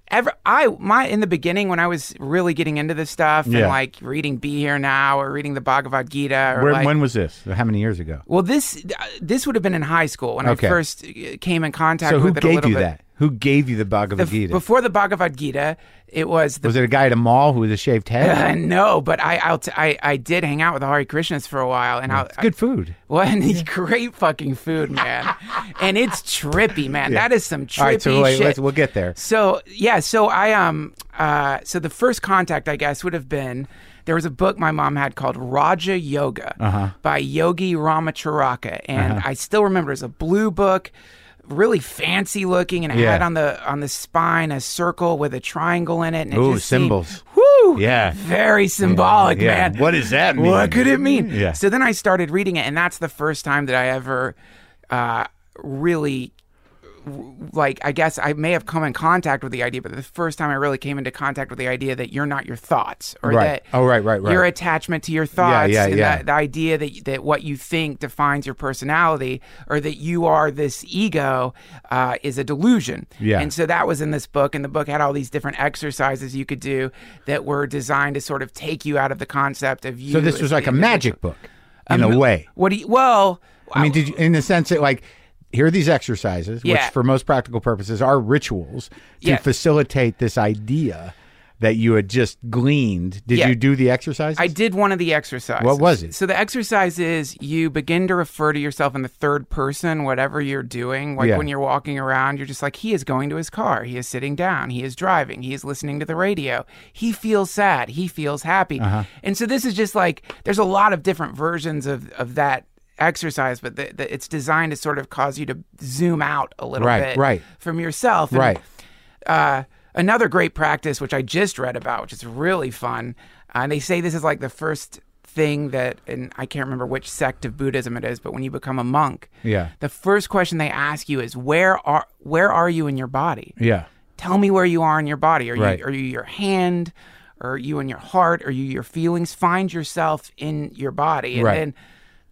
Speaker 2: Ever I my in the beginning when I was really getting into this stuff and
Speaker 1: Yeah.
Speaker 2: like reading Be Here Now or reading the Bhagavad Gita or
Speaker 1: Where,
Speaker 2: like
Speaker 1: when was this? How many years ago?
Speaker 2: well this uh, this would have been in high school when
Speaker 1: Okay.
Speaker 2: I first uh, came in contact
Speaker 1: So
Speaker 2: with
Speaker 1: who
Speaker 2: it a
Speaker 1: gave
Speaker 2: little
Speaker 1: you
Speaker 2: bit.
Speaker 1: that?
Speaker 4: Who gave you the Bhagavad
Speaker 2: the,
Speaker 4: Gita?
Speaker 2: before the Bhagavad Gita, it was the
Speaker 4: was it a guy at a mall who was a shaved
Speaker 2: (laughs)
Speaker 4: head?
Speaker 2: uh, no, but I I'll t- I I did hang out with the Hare Krishnas for a while, and I'll,
Speaker 1: It's good food.
Speaker 2: Well, and it's great fucking food, man. and it's trippy, man. That is some trippy
Speaker 4: All right, so wait,
Speaker 2: shit.
Speaker 4: let's, we'll get there.
Speaker 2: So yeah, so I um uh so the first contact I guess would have been there was a book my mom had called Raja Yoga
Speaker 4: Uh-huh.
Speaker 2: by Yogi Ramacharaka, and I still remember it was a blue book, really fancy looking, and it
Speaker 4: Yeah.
Speaker 2: had on the on the spine a circle with a triangle in it. And it
Speaker 4: Ooh,
Speaker 2: just seemed-
Speaker 4: symbols.
Speaker 2: whoo,
Speaker 4: Yeah.
Speaker 2: very symbolic,
Speaker 4: Yeah.
Speaker 2: man.
Speaker 4: What does that mean?
Speaker 2: What could it mean?
Speaker 4: Yeah.
Speaker 2: So then I started reading it, and that's the first time that I ever uh, really, w- like, I guess I may have come in contact with the idea, but the first time I really came into contact with the idea that you're not your thoughts, or
Speaker 4: Right.
Speaker 2: that
Speaker 4: Oh, right, right, right.
Speaker 2: your attachment to your thoughts,
Speaker 4: yeah,
Speaker 2: and
Speaker 4: yeah.
Speaker 2: That, the idea that that what you think defines your personality, or that you are this ego, uh, is a delusion.
Speaker 4: Yeah.
Speaker 2: And so that was in this book, and the book had all these different exercises you could do that were designed to sort of take you out of the concept of you.
Speaker 1: So this
Speaker 2: as
Speaker 1: was
Speaker 2: the
Speaker 1: like a
Speaker 2: individual.
Speaker 1: magic book in a way.
Speaker 2: What do you? Well,
Speaker 1: I mean, did you, in the sense that like here are these exercises,
Speaker 2: Yeah.
Speaker 1: which for most practical purposes are rituals to
Speaker 2: Yeah.
Speaker 1: facilitate this idea that you had just gleaned. Did
Speaker 2: Yeah.
Speaker 1: you do the exercises?
Speaker 2: I did one of the exercises.
Speaker 1: What was it?
Speaker 2: So the exercise is you begin to refer to yourself in the third person, whatever you're doing. Like
Speaker 1: Yeah.
Speaker 2: when you're walking around, you're just like, he is going to his car, he is sitting down, he is driving, he is listening to the radio, he feels sad, he feels happy.
Speaker 1: Uh-huh.
Speaker 2: And so this is just like there's a lot of different versions of of that exercise, but the, the, it's designed to sort of cause you to zoom out a little
Speaker 1: Right,
Speaker 2: bit
Speaker 1: right.
Speaker 2: from yourself. And
Speaker 1: Right.
Speaker 2: uh, another great practice, which I just read about, which is really fun. Uh, and they say this is like the first thing that, and I can't remember which sect of Buddhism it is, but when you become a monk,
Speaker 1: Yeah.
Speaker 2: the first question they ask you is where are where are you in your body?
Speaker 1: Yeah.
Speaker 2: Tell me where you are in your body. Are
Speaker 1: Right.
Speaker 2: you are you your hand? Are you in your heart? Are you your feelings? Find yourself in your body, and
Speaker 1: Right.
Speaker 2: then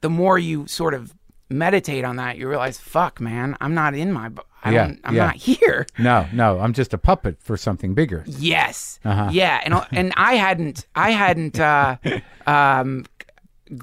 Speaker 2: the more you sort of meditate on that, you realize, fuck, man, I'm not in my. bo- I
Speaker 1: Yeah,
Speaker 2: don't, I'm
Speaker 1: yeah.
Speaker 2: not (laughs) here.
Speaker 1: No, no, I'm just a puppet for something bigger.
Speaker 2: Yes.
Speaker 1: Uh-huh.
Speaker 2: Yeah, and and I hadn't I hadn't uh, um, g-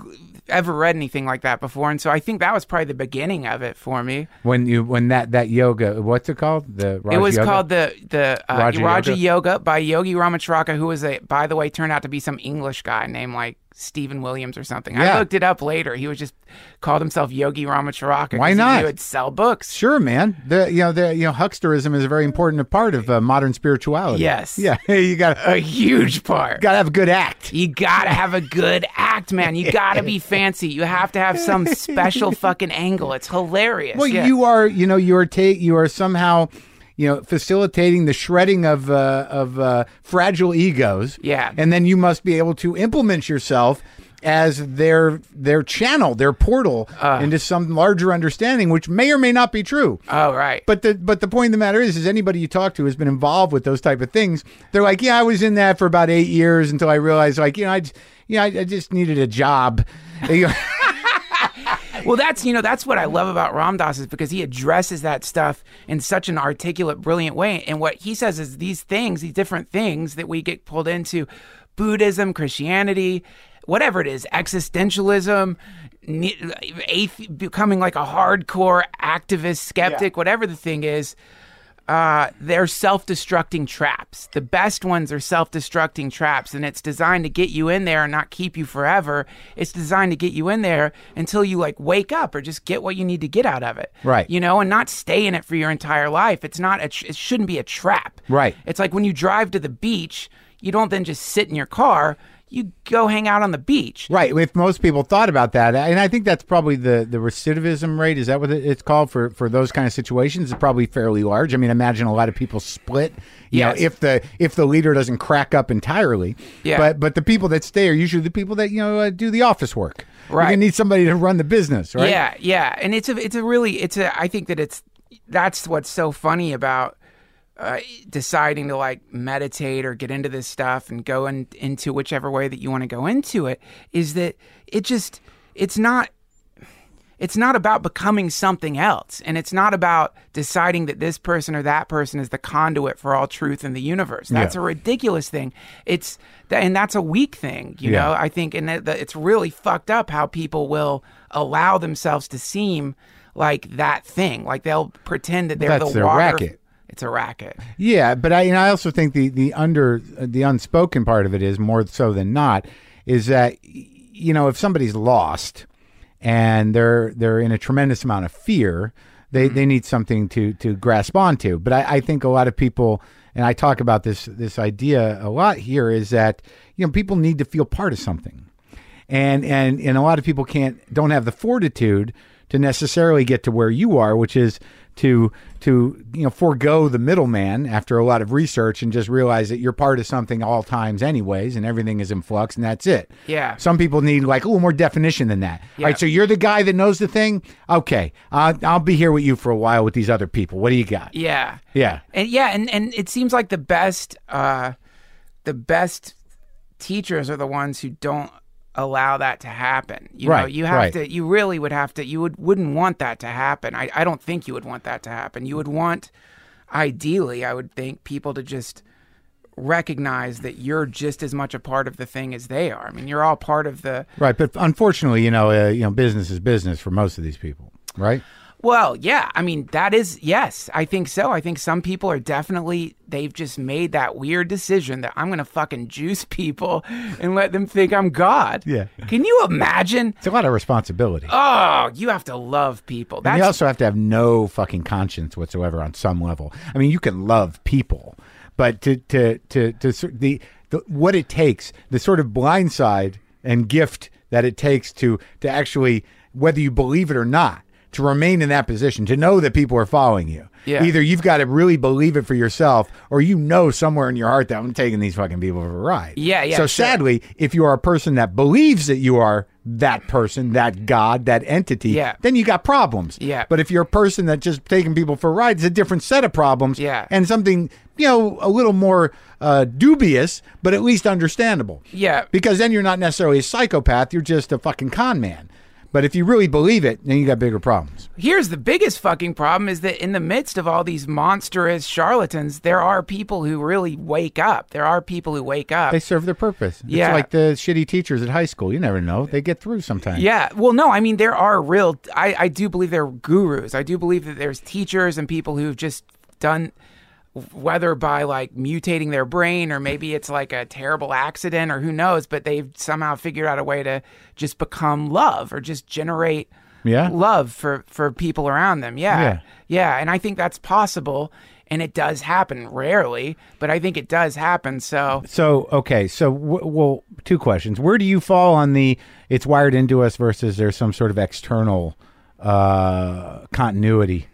Speaker 2: ever read anything like that before, and so I think that was probably the beginning of it for me.
Speaker 1: When you when that that yoga, what's it called? The Raja
Speaker 2: it was
Speaker 1: yoga?
Speaker 2: called the the uh, Raja,
Speaker 1: Raja
Speaker 2: yoga. by Yogi Ramacharaka, who was a by the way turned out to be some English guy named like Stephen Williams or something. I
Speaker 1: Yeah.
Speaker 2: looked it up later. He was just called himself Yogi Ramacharaka.
Speaker 1: Why
Speaker 2: 'cause
Speaker 1: not?
Speaker 2: He would sell books. (laughs)
Speaker 1: Sure, man. The you know the you know hucksterism is a very important part of uh, modern spirituality.
Speaker 2: Yes.
Speaker 1: (laughs)
Speaker 2: Uh,
Speaker 1: Yeah. You got
Speaker 2: A huge part.
Speaker 1: got to have a good act.
Speaker 2: You gotta have a good act, man. You gotta
Speaker 1: (laughs)
Speaker 2: be fancy. You have to have some special fucking angle. It's hilarious.
Speaker 1: Well,
Speaker 2: Yeah.
Speaker 1: you are, you know, you are ta- you are somehow, you know, facilitating the shredding of uh, of uh, fragile egos.
Speaker 2: Yeah.
Speaker 1: and then you must be able to implement yourself as their their channel, their portal
Speaker 2: Uh.
Speaker 1: into some larger understanding, which may or may not be true.
Speaker 2: Oh right.
Speaker 1: But the but the point of the matter is, is anybody you talk to has been involved with those type of things. They're like, yeah, I was in that for about eight years until I realized, like, you know, I, j- you know, I, I just needed a job. (laughs) You know,
Speaker 2: well, that's you know that's what I love about Ram Dass is because he addresses that stuff in such an articulate, brilliant way. And what he says is these things, these different things that we get pulled into, Buddhism, Christianity, whatever it is, existentialism, ne- athe- becoming like a hardcore activist skeptic, whatever the thing is. uh, they're self-destructing traps. The best ones are self-destructing traps, and it's designed to get you in there and not keep you forever. It's designed to get you in there until you like wake up or just get what you need to get out of it,
Speaker 1: Right.
Speaker 2: You know, and not stay in it for your entire life. It's not. A tr- it shouldn't be a trap,
Speaker 1: Right.
Speaker 2: It's like when you drive to the beach, you don't then just sit in your car. You go hang out on the beach.
Speaker 1: Right. If most people thought about that, and I think that's probably the, the recidivism rate, is that what it- it's called for, for those kind of situations? It's probably fairly large. I mean, imagine a lot of people split. You
Speaker 2: Yes.
Speaker 1: know, if the if the leader doesn't crack up entirely,
Speaker 2: Yeah.
Speaker 1: But but the people that stay are usually the people that you know uh, do the office work. You're
Speaker 2: Right.
Speaker 1: gonna need somebody to run the business, right?
Speaker 2: Yeah, yeah, and it's a it's a really it's a I think that it's that's what's so funny about uh, deciding to like meditate or get into this stuff and go in, into whichever way that you want to go into it is that it just it's not it's not about becoming something else and it's not about deciding that this person or that person is the conduit for all truth in the universe that's a ridiculous thing it's th- and that's a weak thing you know i think and that, that it's really fucked up how people will allow themselves to seem like that thing like they'll pretend that they're
Speaker 1: That's
Speaker 2: the
Speaker 1: their
Speaker 2: water
Speaker 1: racket.
Speaker 2: it's a racket.
Speaker 1: Yeah, but I, and I also think the the under uh, the unspoken part of it is more so than not is that you know if somebody's lost and they're they're in a tremendous amount of fear, they they need something to to grasp onto. But I, I think a lot of people and I talk about this this idea a lot here is that you know people need to feel part of something and and and a lot of people can't don't have the fortitude to necessarily get to where you are which is to to you know forego the middleman after a lot of research and just realize that you're part of something all times anyways and everything is in flux and that's it
Speaker 2: Yeah.
Speaker 1: some people need like a little more definition than that all
Speaker 2: Yeah.
Speaker 1: right so you're the guy that knows the thing okay uh, i'll be here with you for a while with these other people what do you got
Speaker 2: Yeah.
Speaker 1: yeah
Speaker 2: And yeah, and, and it seems like the best uh the best teachers are the ones who don't allow that to happen. You know,
Speaker 1: Right,
Speaker 2: you have
Speaker 1: right.
Speaker 2: to you really would have to you would wouldn't want that to happen. I, I don't think you would want that to happen. You would want ideally, I would think, people to just recognize that you're just as much a part of the thing as they are. I mean, you're all part of the
Speaker 1: right but unfortunately you know uh, you know business is business for most of these people right
Speaker 2: Well, yeah. I mean, that is, yes, I think so. I think some people are definitely, they've just made that weird decision that I'm going to fucking juice (laughs) people and let them think I'm God.
Speaker 1: Yeah.
Speaker 2: Can you imagine?
Speaker 1: it's a lot of responsibility
Speaker 2: Oh, you have to love people. That's,
Speaker 1: you also have to have no fucking conscience whatsoever on some level. I mean, you can love people, but to to to to sor- the, the what it takes, the sort of blindside and gift that it takes to to actually whether you believe it or not to remain in that position to know that people are following you.
Speaker 2: Yeah.
Speaker 1: Either you've got to really believe it for yourself, or you know somewhere in your heart that I'm taking these fucking people for a ride.
Speaker 2: Yeah, yeah,
Speaker 1: So
Speaker 2: sure.
Speaker 1: sadly, if you are a person that believes that you are that person, that God, that entity,
Speaker 2: Yeah.
Speaker 1: then you got problems.
Speaker 2: Yeah.
Speaker 1: But if you're a person that's just taking people for rides, it's a different set of problems.
Speaker 2: Yeah.
Speaker 1: And something, you know, a little more uh, dubious, but at least understandable.
Speaker 2: Yeah.
Speaker 1: Because then you're not necessarily a psychopath, you're just a fucking con man. But if you really believe it, then you got bigger problems.
Speaker 2: here's the biggest fucking problem is that in the midst of all these monstrous charlatans, there are people who really wake up. There are people who wake up.
Speaker 1: They serve their purpose.
Speaker 2: Yeah.
Speaker 1: It's like the shitty teachers at high school. You never know. They get through sometimes.
Speaker 2: Yeah. Well, no, I mean, there are real, I, I do believe there are gurus. I do believe that there's teachers and people who've just done, whether by like mutating their brain or maybe it's like a terrible accident or who knows, but they've somehow figured out a way to just become love or just generate
Speaker 1: Yeah.
Speaker 2: love for, for people around them. Yeah.
Speaker 1: Yeah.
Speaker 2: yeah. And I think that's possible. And it does happen rarely, but I think it does happen. So
Speaker 1: So okay, so w- well, two questions. Where do you fall on the it's wired into us versus there's some sort of external uh, continuity?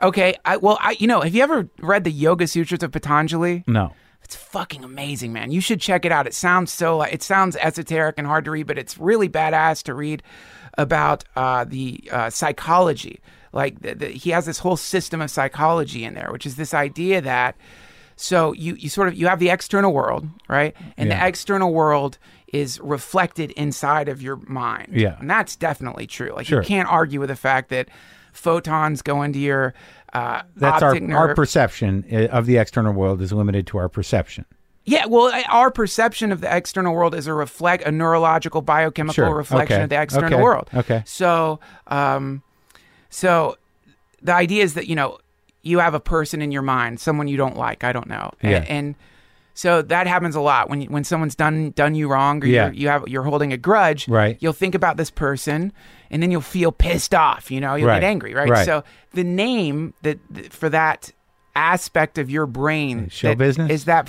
Speaker 2: okay, I well, I you know, have you ever read the Yoga Sutras of Patanjali?
Speaker 1: No.
Speaker 2: It's fucking amazing, man. You should check it out. It sounds so like it sounds esoteric and hard to read, but it's really badass to read about uh, the uh, psychology. Like the, the, he has this whole system of psychology in there, which is this idea that so you you sort of you have the external world, right? And
Speaker 1: Yeah.
Speaker 2: the external world is reflected inside of your mind.
Speaker 1: Yeah.
Speaker 2: and that's definitely true. Like
Speaker 1: Sure.
Speaker 2: you can't argue with the fact that photons go into your uh,
Speaker 1: That's our
Speaker 2: optic
Speaker 1: our
Speaker 2: nerve.
Speaker 1: perception uh, of the external world is limited to our perception.
Speaker 2: Yeah, well, I- our perception of the external world is a reflect a neurological biochemical
Speaker 1: Sure.
Speaker 2: reflection
Speaker 1: Okay.
Speaker 2: of the external
Speaker 1: Okay.
Speaker 2: world.
Speaker 1: Okay.
Speaker 2: So, um, so the idea is that you know you have a person in your mind, someone you don't like. I don't know. A-
Speaker 1: Yeah.
Speaker 2: And, so that happens a lot when when someone's done done you wrong or
Speaker 1: Yeah.
Speaker 2: you're, you have you're holding a grudge.
Speaker 1: Right.
Speaker 2: You'll think about this person, and then you'll feel pissed off. You know, you'll
Speaker 1: Right.
Speaker 2: get angry. Right.
Speaker 1: Right.
Speaker 2: So the name that that- for that aspect of your brain
Speaker 1: Show
Speaker 2: that
Speaker 1: business?
Speaker 2: is that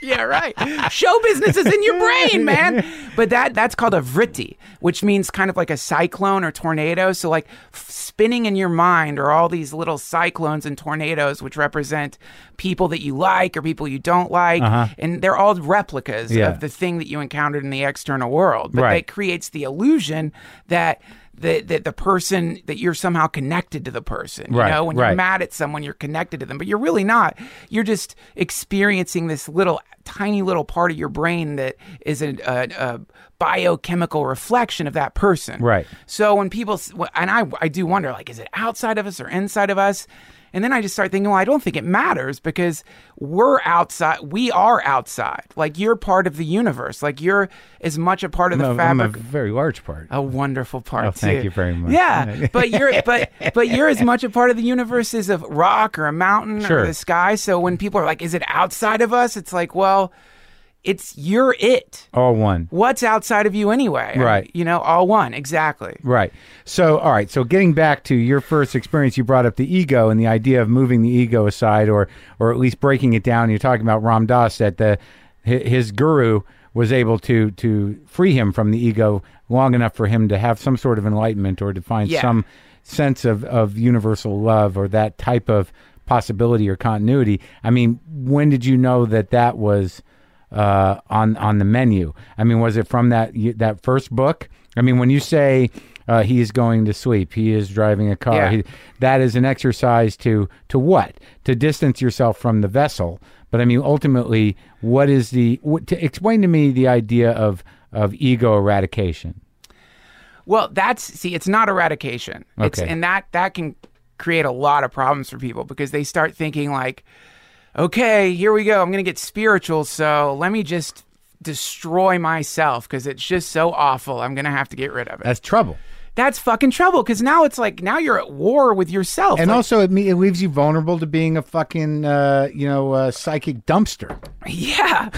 Speaker 2: yeah, right. Show business is in your brain, man. But that that's called a vritti, which means kind of like a cyclone or tornado. So like f- spinning in your mind are all these little cyclones and tornadoes, which represent people that you like or people you don't like, and they're all replicas
Speaker 1: Uh-huh. Yeah.
Speaker 2: of the thing that you encountered in the external world. But
Speaker 1: Right.
Speaker 2: that creates the illusion that. The, that the person that you're somehow connected to the person you
Speaker 1: Right,
Speaker 2: know when
Speaker 1: right.
Speaker 2: you're mad at someone you're connected to them but you're really not you're just experiencing this little tiny little part of your brain that is a, a, a biochemical reflection of that person
Speaker 1: Right.
Speaker 2: so when people s- and i i do wonder like is it outside of us or inside of us And then I just start thinking, well, I don't think it matters because we're outside. We are outside. Like you're part of the universe. Like you're as much a part of the
Speaker 1: I'm a- I'm a
Speaker 2: fabric.
Speaker 1: very large part.
Speaker 2: a wonderful part
Speaker 1: Oh,
Speaker 2: too.
Speaker 1: thank you very much. (laughs)
Speaker 2: Yeah, but you're but but you're as much a part of the universe as a rock or a mountain
Speaker 1: Sure.
Speaker 2: or the sky. So when people are like, "Is it outside of us?" It's like, well, it's you're it.
Speaker 1: All one.
Speaker 2: What's outside of you anyway?
Speaker 1: Right.
Speaker 2: You know, all one exactly.
Speaker 1: Right. So, all right. So, getting back to your first experience, you brought up the ego and the idea of moving the ego aside, or or at least breaking it down. You're talking about Ram Dass that the hi- his guru was able to to free him from the ego long enough for him to have some sort of enlightenment or to find
Speaker 2: Yeah.
Speaker 1: some (laughs) sense of of universal love or that type of possibility or continuity. I mean, when did you know that that was? uh, on on the menu. I mean, was it from that you- that first book? I mean, when you say uh, he is going to sleep, he is driving a car.
Speaker 2: Yeah.
Speaker 1: He, that is an exercise to to what to distance yourself from the vessel. But I mean, ultimately, what is the what, to explain to me the idea of of ego eradication?
Speaker 2: Well, that's see, it's not eradication. It's
Speaker 1: Okay.
Speaker 2: and that that can create a lot of problems for people because they start thinking like, okay, here we go. I'm going to get spiritual, so let me just destroy myself because it's just so awful. I'm going to have to get rid of it.
Speaker 1: That's trouble.
Speaker 2: That's fucking trouble because now it's like now you're at war with yourself.
Speaker 1: And
Speaker 2: Like,
Speaker 1: also, it, me- it leaves you vulnerable to being a fucking, uh, you know, uh, psychic dumpster.
Speaker 2: Yeah.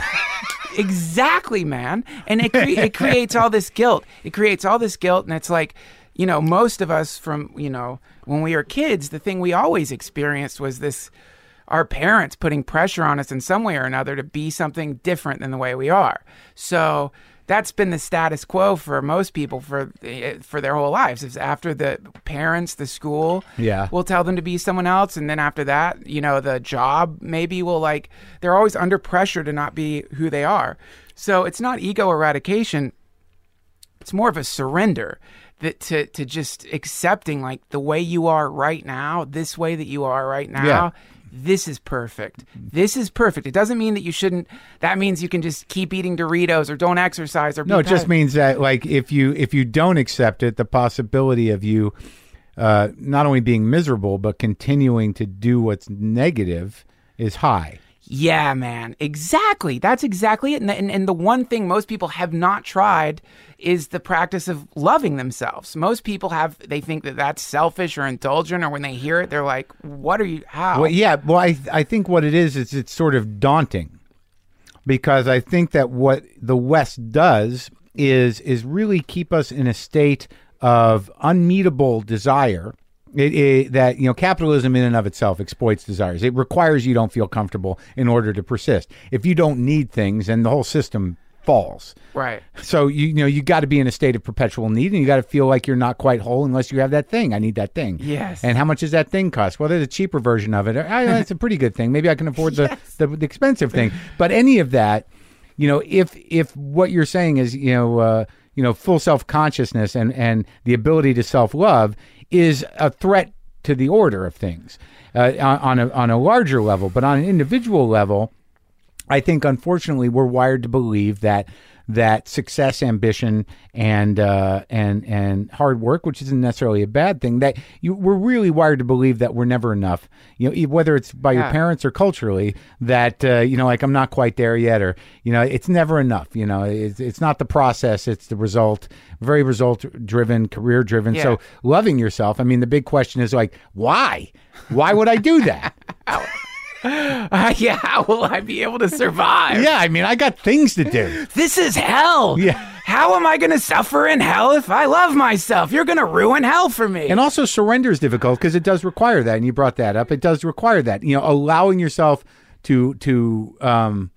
Speaker 2: exactly, man. And it, cre- it creates all this guilt. It creates all this guilt. And it's like, you know, most of us from, you know, when we were kids, the thing we always experienced was this our parents putting pressure on us in some way or another to be something different than the way we are. So that's been the status quo for most people for eh, for their whole lives. Is after the parents, the school,
Speaker 1: Yeah.
Speaker 2: will tell them to be someone else and then after that you know the job maybe will like they're always under pressure to not be who they are so it's not ego eradication it's more of a surrender that to, to just accepting like the way you are right now this way that you are right now
Speaker 1: Yeah.
Speaker 2: this is perfect this is perfect it doesn't mean that you shouldn't that means you can just keep eating doritos or don't exercise or
Speaker 1: No, it just means that like if you if you don't accept it, the possibility of you uh, not only being miserable but continuing to do what's negative is high.
Speaker 2: Yeah, man. Exactly. That's exactly it. And, and, and the one thing most people have not tried is the practice of loving themselves. Most people have, they think that that's selfish or indulgent, or when they hear it, they're like, what are you, how?
Speaker 1: Well, yeah. Well, I I think what it is is it's sort of daunting because I think that what the West does is is really keep us in a state of unmeetable desire. It, it, that you know, capitalism in and of itself exploits desires. It requires you don't feel comfortable in order to persist. If you don't need things, then the whole system falls.
Speaker 2: Right. (laughs)
Speaker 1: So you, you know you got to be in a state of perpetual need, and you got to feel like you're not quite whole unless you have that thing. I need that thing.
Speaker 2: Yes.
Speaker 1: And how much does that thing cost? Well, there's a cheaper version of it. Ah, that's a pretty good thing. Maybe I can afford the, the, the expensive thing. But any of that, you know, if if what you're saying is you know uh, you know full self consciousness and and the ability to self love is a threat to the order of things uh, on on a, on a larger level, but on an individual level. I think unfortunately we're wired to believe that that success, ambition, and uh, and and hard work, which isn't necessarily a bad thing, that you, we're really wired to believe that we're never enough. You know, e- whether it's by your
Speaker 2: Yeah.
Speaker 1: parents or culturally, that uh, you know, like I'm not quite there yet, or you know, it's never enough. You know, it's, it's not the process; it's the result. Very result-driven, career-driven. So
Speaker 2: Yeah.
Speaker 1: loving yourself. I mean, the big question is like, why? Why would I do
Speaker 2: (laughs)
Speaker 1: that?
Speaker 2: yeah. How will I be able to survive?
Speaker 1: yeah, I mean, I got things to do.
Speaker 2: This is hell.
Speaker 1: Yeah.
Speaker 2: How am I going to suffer in hell if I love myself? You're going to ruin hell for me.
Speaker 1: And also, surrender is difficult because it does require that. And you brought that up. It does require that. You know, allowing yourself to to um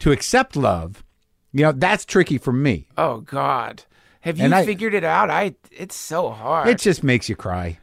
Speaker 1: to accept love. You know, that's tricky for me.
Speaker 2: oh, God. Have you
Speaker 1: And I-
Speaker 2: figured it out? I, it's so hard.
Speaker 1: It just makes you cry.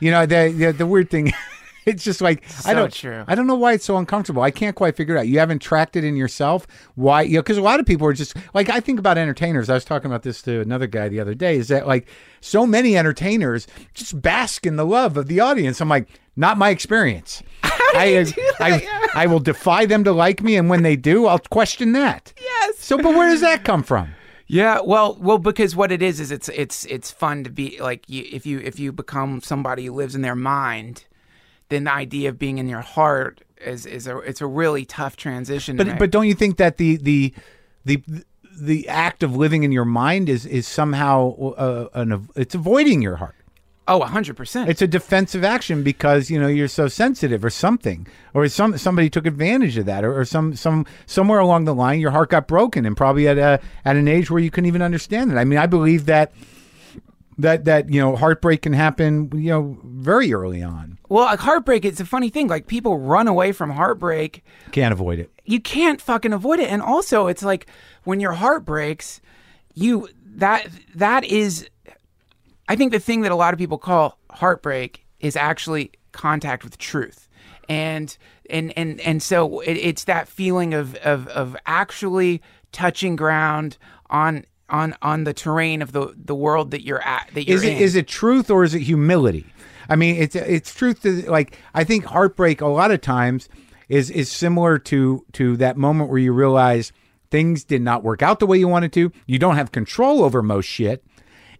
Speaker 1: You know, the the, the weird thing. (laughs) It's just like I
Speaker 2: So
Speaker 1: don't.
Speaker 2: true.
Speaker 1: I don't know why it's so uncomfortable. I can't quite figure it out. You haven't tracked it in yourself. Why? You know, because a lot of people are just like I think about entertainers. I was talking about this to another guy the other day. Is that like so many entertainers just bask in the love of the audience? I'm like, not
Speaker 2: (laughs)
Speaker 1: my experience. I, uh, I, I will defy them to like me, and when they do, I'll question that.
Speaker 2: Yes.
Speaker 1: So, but where does that come from?
Speaker 2: Yeah, well, well, because what it is is it's it's it's fun to be like you, if you if you become somebody who lives in their mind, then the idea of being in your heart is is a it's a really tough transition. to
Speaker 1: But
Speaker 2: make.
Speaker 1: but don't you think that the the the the act of living in your mind is is somehow uh, an av- it's avoiding your heart.
Speaker 2: oh, hundred percent.
Speaker 1: It's a defensive action because you know you're so sensitive or something, or some somebody took advantage of that, or, or some some somewhere along the line your heart got broken, and probably at a at an age where you couldn't even understand it. I mean, I believe that that that you know heartbreak can happen you know very early on.
Speaker 2: Well, like heartbreak, it's a funny thing. Like people run away from heartbreak.
Speaker 1: Can't avoid it.
Speaker 2: you can't fucking avoid it. And also, it's like when your heart breaks, you that that is, I think the thing that a lot of people call heartbreak is actually contact with truth. And and and and so it, it's that feeling of of of actually touching ground on on on the terrain of the the world that you're at that you're
Speaker 1: Is
Speaker 2: in.
Speaker 1: it is it truth or is it humility? I mean, it's it's truth. To, like I think heartbreak a lot of times is is similar to to that moment where you realize things did not work out the way you wanted to. You don't have control over most shit,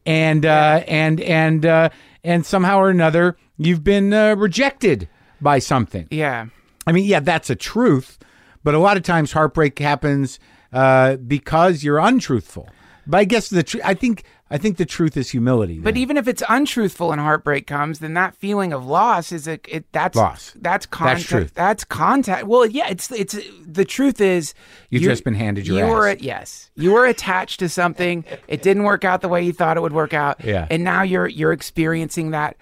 Speaker 1: and uh, and and uh, and somehow or another you've been uh, rejected by something.
Speaker 2: yeah.
Speaker 1: I mean, yeah, that's a truth, but a lot of times heartbreak happens uh, because you're untruthful. But I guess the tr- I think I think the truth is humility.
Speaker 2: But even if it's untruthful and heartbreak comes, then that feeling of loss is a it, that's
Speaker 1: Loss.
Speaker 2: That's contact.
Speaker 1: truth.
Speaker 2: That's contact. Well, yeah, it's it's the truth is
Speaker 1: You've
Speaker 2: you-
Speaker 1: just been handed your
Speaker 2: you were
Speaker 1: ass.
Speaker 2: yes you were attached to something. It didn't work out the way you thought it would work out.
Speaker 1: Yeah.
Speaker 2: and now you're you're experiencing that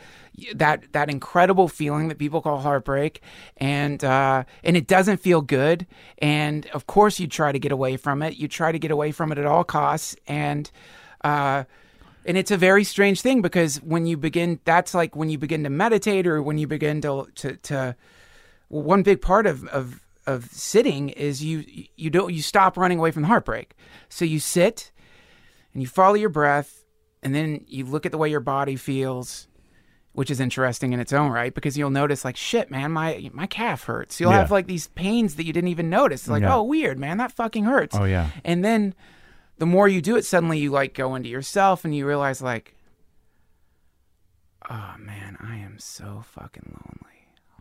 Speaker 2: that that incredible feeling that people call heartbreak, and uh, and it doesn't feel good. And of course, you try to get away from it. You try to get away from it at all costs, and. Uh, and it's a very strange thing because when you begin, that's like when you begin to meditate or when you begin to to, to well, one big part of of of sitting is you you don't you stop running away from the heartbreak. So you sit and you follow your breath, and then you look at the way your body feels, which is interesting in its own right because you'll notice like shit, man, my my calf hurts. You'll
Speaker 1: Yeah.
Speaker 2: have like these pains that you didn't even notice. Like
Speaker 1: Yeah.
Speaker 2: oh weird, man, that fucking hurts.
Speaker 1: Oh, yeah.
Speaker 2: And then the more you do it, suddenly you like go into yourself and you realize like, oh man, I am so fucking lonely.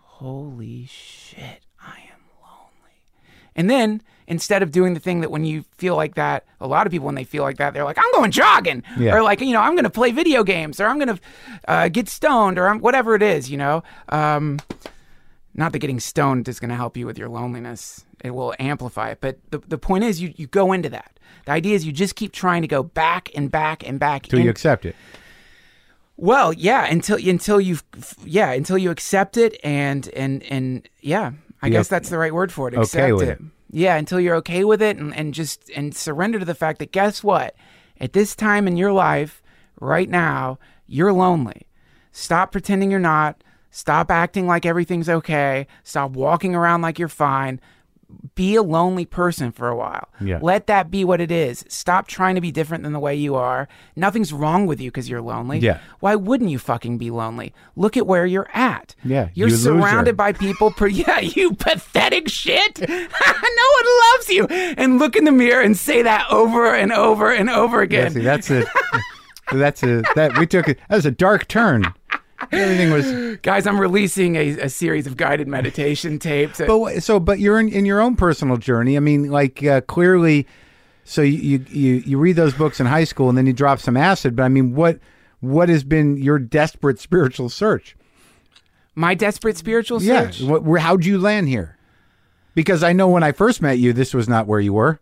Speaker 2: Holy shit, I am lonely. And then instead of doing the thing that when you feel like that, a lot of people when they feel like that, they're like, I'm going jogging,
Speaker 1: Yeah.
Speaker 2: or like you know, I'm going to play video games, or I'm going to uh, get stoned, or I'm whatever it is, you know. Um, not that getting stoned is going to help you with your loneliness. It will amplify it. But the, the point is, you, you go into that. The idea is you just keep trying to go back and back and back.
Speaker 1: Till you
Speaker 2: and-
Speaker 1: accept it.
Speaker 2: well, yeah, until until you, yeah, until you accept it and and and yeah, I guess that's the right word for it. Accept
Speaker 1: with
Speaker 2: it.
Speaker 1: it.
Speaker 2: Yeah, until you're okay with it and and just and surrender to the fact that guess what, at this time in your life, right now, you're lonely. Stop pretending you're not. Stop acting like everything's okay. Stop walking around like you're fine. Be a lonely person for a while.
Speaker 1: Yeah.
Speaker 2: Let that be what it is. Stop trying to be different than the way you are. Nothing's wrong with you because you're lonely.
Speaker 1: Yeah.
Speaker 2: Why wouldn't you fucking be lonely? Look at where you're at.
Speaker 1: Yeah,
Speaker 2: You're
Speaker 1: you loser.
Speaker 2: surrounded by people. Per- (laughs) yeah, you pathetic shit. (laughs) no one loves you. And look in the mirror and say that over and over and over
Speaker 1: Yeah,
Speaker 2: again.
Speaker 1: see,
Speaker 2: (laughs)
Speaker 1: that's a that's a that we took a, that was a dark turn. Everything was
Speaker 2: Guys, I'm releasing a, a series of guided meditation (laughs) tapes.
Speaker 1: but wha- so but you're in, in your own personal journey. I mean, like uh, clearly, so you, you you you read those books in high school and then you drop some acid. But I mean, what what has been your desperate spiritual search?
Speaker 2: My desperate spiritual
Speaker 1: Yeah,
Speaker 2: search.
Speaker 1: what, where, how'd you land here? Because I know when I first met you, this was not where you were.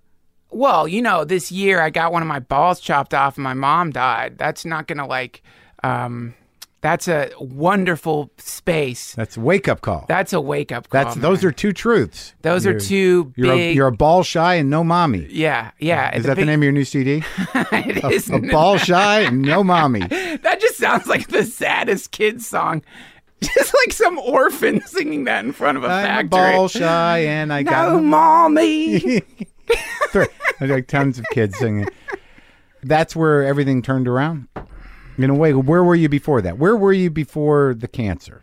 Speaker 2: Well, you know, this year I got one of my balls chopped off and my mom died. That's not going to like, um, that's a wonderful space.
Speaker 1: That's a wake up call.
Speaker 2: That's a wake up call.
Speaker 1: that's
Speaker 2: oh, man.
Speaker 1: those are two truths.
Speaker 2: Those are
Speaker 1: You're-
Speaker 2: 2
Speaker 1: You're a,
Speaker 2: big.
Speaker 1: you're a ball shy and no mommy.
Speaker 2: yeah, yeah.
Speaker 1: Is that the Oh, name of your new CD?
Speaker 2: name? (laughs) it is.
Speaker 1: A ball shy and
Speaker 2: (laughs)
Speaker 1: no mommy.
Speaker 2: that just sounds like the saddest kid song. (laughs) Just like some orphan (laughs) singing that in front of a
Speaker 1: I'm a
Speaker 2: factory.
Speaker 1: ball shy and I got
Speaker 2: no,
Speaker 1: (laughs)
Speaker 2: mommy.
Speaker 1: three. There's like tons of kids singing. That's where everything turned around. In a way, where were you before that? Where were you before the cancer?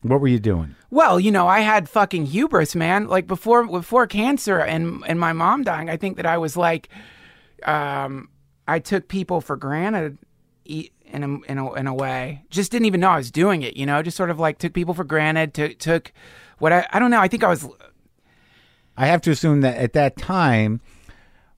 Speaker 1: What were you doing?
Speaker 2: Well, you know, I had fucking hubris, man. Like before before cancer and and my mom dying, I think that I was like um I took people for granted eat in a, in a in a way. Just didn't even know I was doing it. You know, just sort of like took people for granted. Took took what I I don't know. I think I was
Speaker 1: I have to assume that at that time,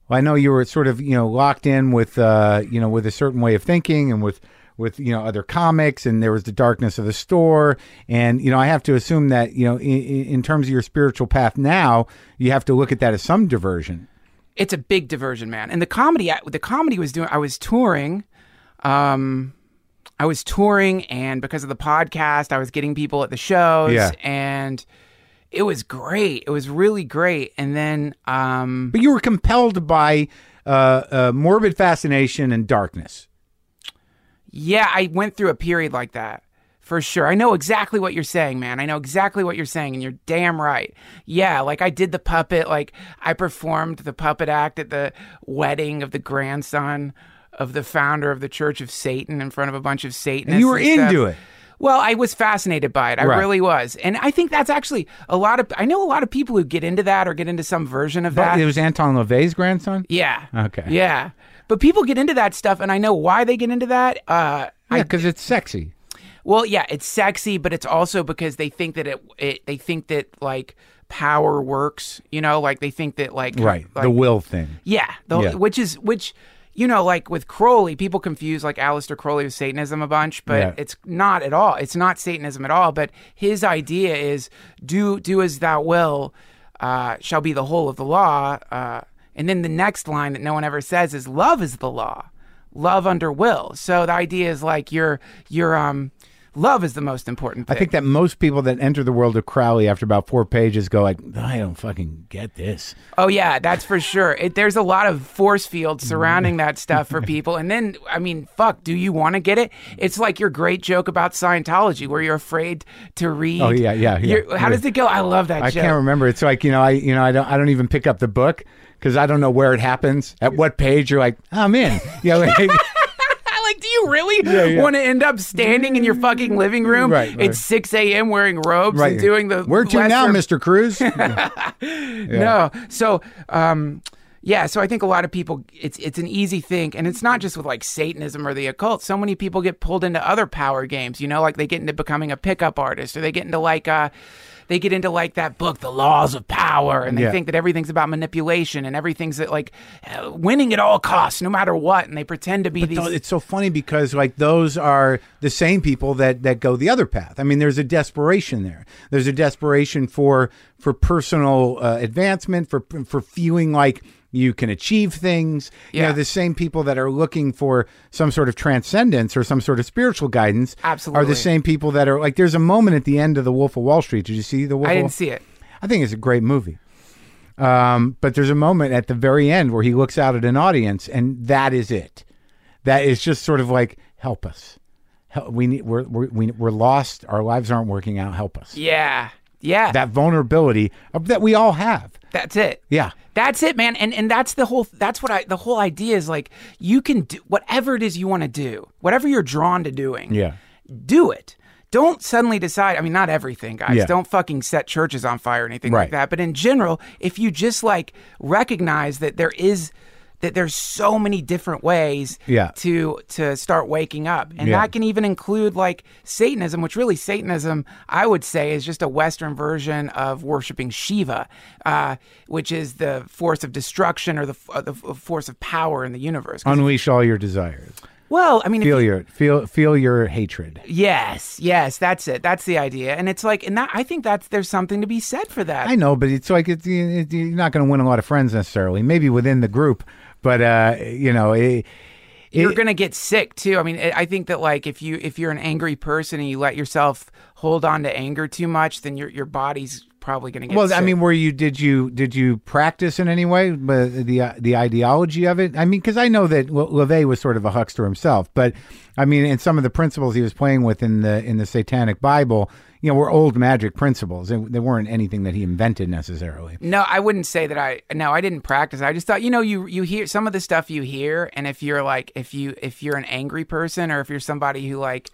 Speaker 1: well, I know you were sort of you know locked in with uh, you know with a certain way of thinking and with with you know other comics and there was the darkness of the store and you know I have to assume that you know in, in terms of your spiritual path now you have to look at that as some diversion.
Speaker 2: it's a big diversion, man. And the comedy, the comedy was doing. I was touring, um, I was touring, and because of the podcast, I was getting people at the shows,
Speaker 1: Yeah.
Speaker 2: and it was great. It was really great. And then, um,
Speaker 1: But you were compelled by uh, uh, morbid fascination and darkness.
Speaker 2: yeah, I went through a period like that for sure. I know exactly what you're saying, man. I know exactly what you're saying, and you're damn right. Yeah, like I did the puppet, like I performed the puppet act at the wedding of the grandson. Of the founder of the Church of Satan in front of a bunch of Satanists.
Speaker 1: And you were
Speaker 2: stuff.
Speaker 1: into it.
Speaker 2: Well, I was fascinated by it. I
Speaker 1: Right.
Speaker 2: really was. And I think that's actually a lot of I know a lot of people who get into that or get into some version of that.
Speaker 1: But it was Anton LaVey's grandson.
Speaker 2: yeah.
Speaker 1: Okay.
Speaker 2: Yeah. But people get into that stuff and I know why they get into that. Uh
Speaker 1: Yeah, because it's sexy.
Speaker 2: well, yeah, it's sexy, but it's also because they think that it, it they think that like power works, you know, like they think that like
Speaker 1: Right.
Speaker 2: like,
Speaker 1: the will thing.
Speaker 2: yeah, the,
Speaker 1: Yeah.
Speaker 2: which is which, you know, like with Crowley, people confuse like Aleister Crowley with Satanism a bunch, but
Speaker 1: Yeah.
Speaker 2: it's not at all. It's not Satanism at all. But his idea is do do as thou will, uh, shall be the whole of the law. Uh, and then the next line that no one ever says is love is the law, love under will. So the idea is like your your um love is the most important thing.
Speaker 1: I think that most people that enter the world of Crowley after about four pages go like, I don't fucking get this.
Speaker 2: Oh yeah, that's for sure. It, there's a lot of force
Speaker 1: Mm-hmm.
Speaker 2: fields surrounding that stuff
Speaker 1: (laughs)
Speaker 2: for people. And then, I mean, fuck, do you want to get it? It's like your great joke about Scientology, where you're afraid to read.
Speaker 1: Oh, yeah, yeah, yeah.
Speaker 2: Your- How does it go? I love that.
Speaker 1: I
Speaker 2: joke. (laughs)
Speaker 1: can't remember. It's like you know, I you know, I don't, I don't even pick up the book because I don't know where it happens, at what page. You're like, I'm in. (laughs) You know, like-
Speaker 2: like, do you really
Speaker 1: yeah.
Speaker 2: want to end up standing in your fucking living room
Speaker 1: Right, right.
Speaker 2: at 6 a.m. wearing robes
Speaker 1: right.
Speaker 2: and doing the
Speaker 1: where to now,
Speaker 2: lesser
Speaker 1: Mister Cruz?
Speaker 2: No. So, um, yeah. So I think a lot of people, it's it's an easy thing, and it's not just with like Satanism or the occult. So many people get pulled into other power games. You know, like they get into becoming a pickup artist, or they get into like uh, they get into like that book, The Laws of Power, and they
Speaker 1: Yeah.
Speaker 2: think that everything's about manipulation and everything's that like uh, winning at all costs, no matter what, and they pretend to be these.
Speaker 1: No, it's so funny because like those are the same people that that go the other path. I mean, there's a desperation there. There's a desperation for for personal uh, advancement, for for feeling like you can achieve things. You
Speaker 2: Yeah.
Speaker 1: know, the same people that are looking for some sort of transcendence or some sort of spiritual guidance are
Speaker 2: Absolutely.
Speaker 1: the same people that are like. There's a moment at the end of The Wolf of Wall Street. Did you see the Wolf?
Speaker 2: I
Speaker 1: of Wall-
Speaker 2: didn't see it.
Speaker 1: I think it's a great movie. Um, but there's a moment at the very end where he looks out at an audience, and that is it. That is just sort of like, help us. Help, we need, we're, we're, we- we're lost. Our lives aren't working out. Help us.
Speaker 2: Yeah. Yeah.
Speaker 1: That vulnerability of, that we all have.
Speaker 2: that's it.
Speaker 1: Yeah.
Speaker 2: That's it, man. And and that's the whole that's what I the whole idea is like you can do whatever it is you want to do, whatever you're drawn to doing.
Speaker 1: Yeah.
Speaker 2: Do it. Don't suddenly decide. I mean, not everything, guys.
Speaker 1: Yeah.
Speaker 2: Don't fucking set churches on fire or anything like
Speaker 1: Right.
Speaker 2: that. But in general, if you just like recognize that there is that there's so many different ways
Speaker 1: Yeah.
Speaker 2: to to start waking up. And
Speaker 1: Yeah.
Speaker 2: that can even include like Satanism, which really Satanism, I would say, is just a Western version of worshiping Shiva, uh, which is the force of destruction or the, f- uh, the f- force of power in the universe. 'Cause-
Speaker 1: Unleash all your desires.
Speaker 2: well, I mean, if
Speaker 1: Feel your feel feel your hatred.
Speaker 2: Yes, yes, that's it. That's the idea. And it's like, and that I think that's there's something to be said for that.
Speaker 1: I know, but it's like it's, it, you're not going to win a lot of friends necessarily. Maybe within the group, but uh, you know, it,
Speaker 2: You're
Speaker 1: it-
Speaker 2: gonna get sick too. I mean, I I think that like if you if you're an angry person and you let yourself hold on to anger too much, then your your body's probably gonna get.
Speaker 1: Well,
Speaker 2: sick.
Speaker 1: I mean, were you did you did you practice in any way but the uh, the ideology of it? I mean, because I know that Le- LeVay was sort of a huckster himself, but I mean, and some of the principles he was playing with in the in the Satanic Bible, you know, were old magic principles. They, they weren't anything that he invented necessarily.
Speaker 2: No, I wouldn't say that I no, I didn't practice. I just thought, you know, you you hear some of the stuff you hear and if you're like if you if you're an angry person or if you're somebody who like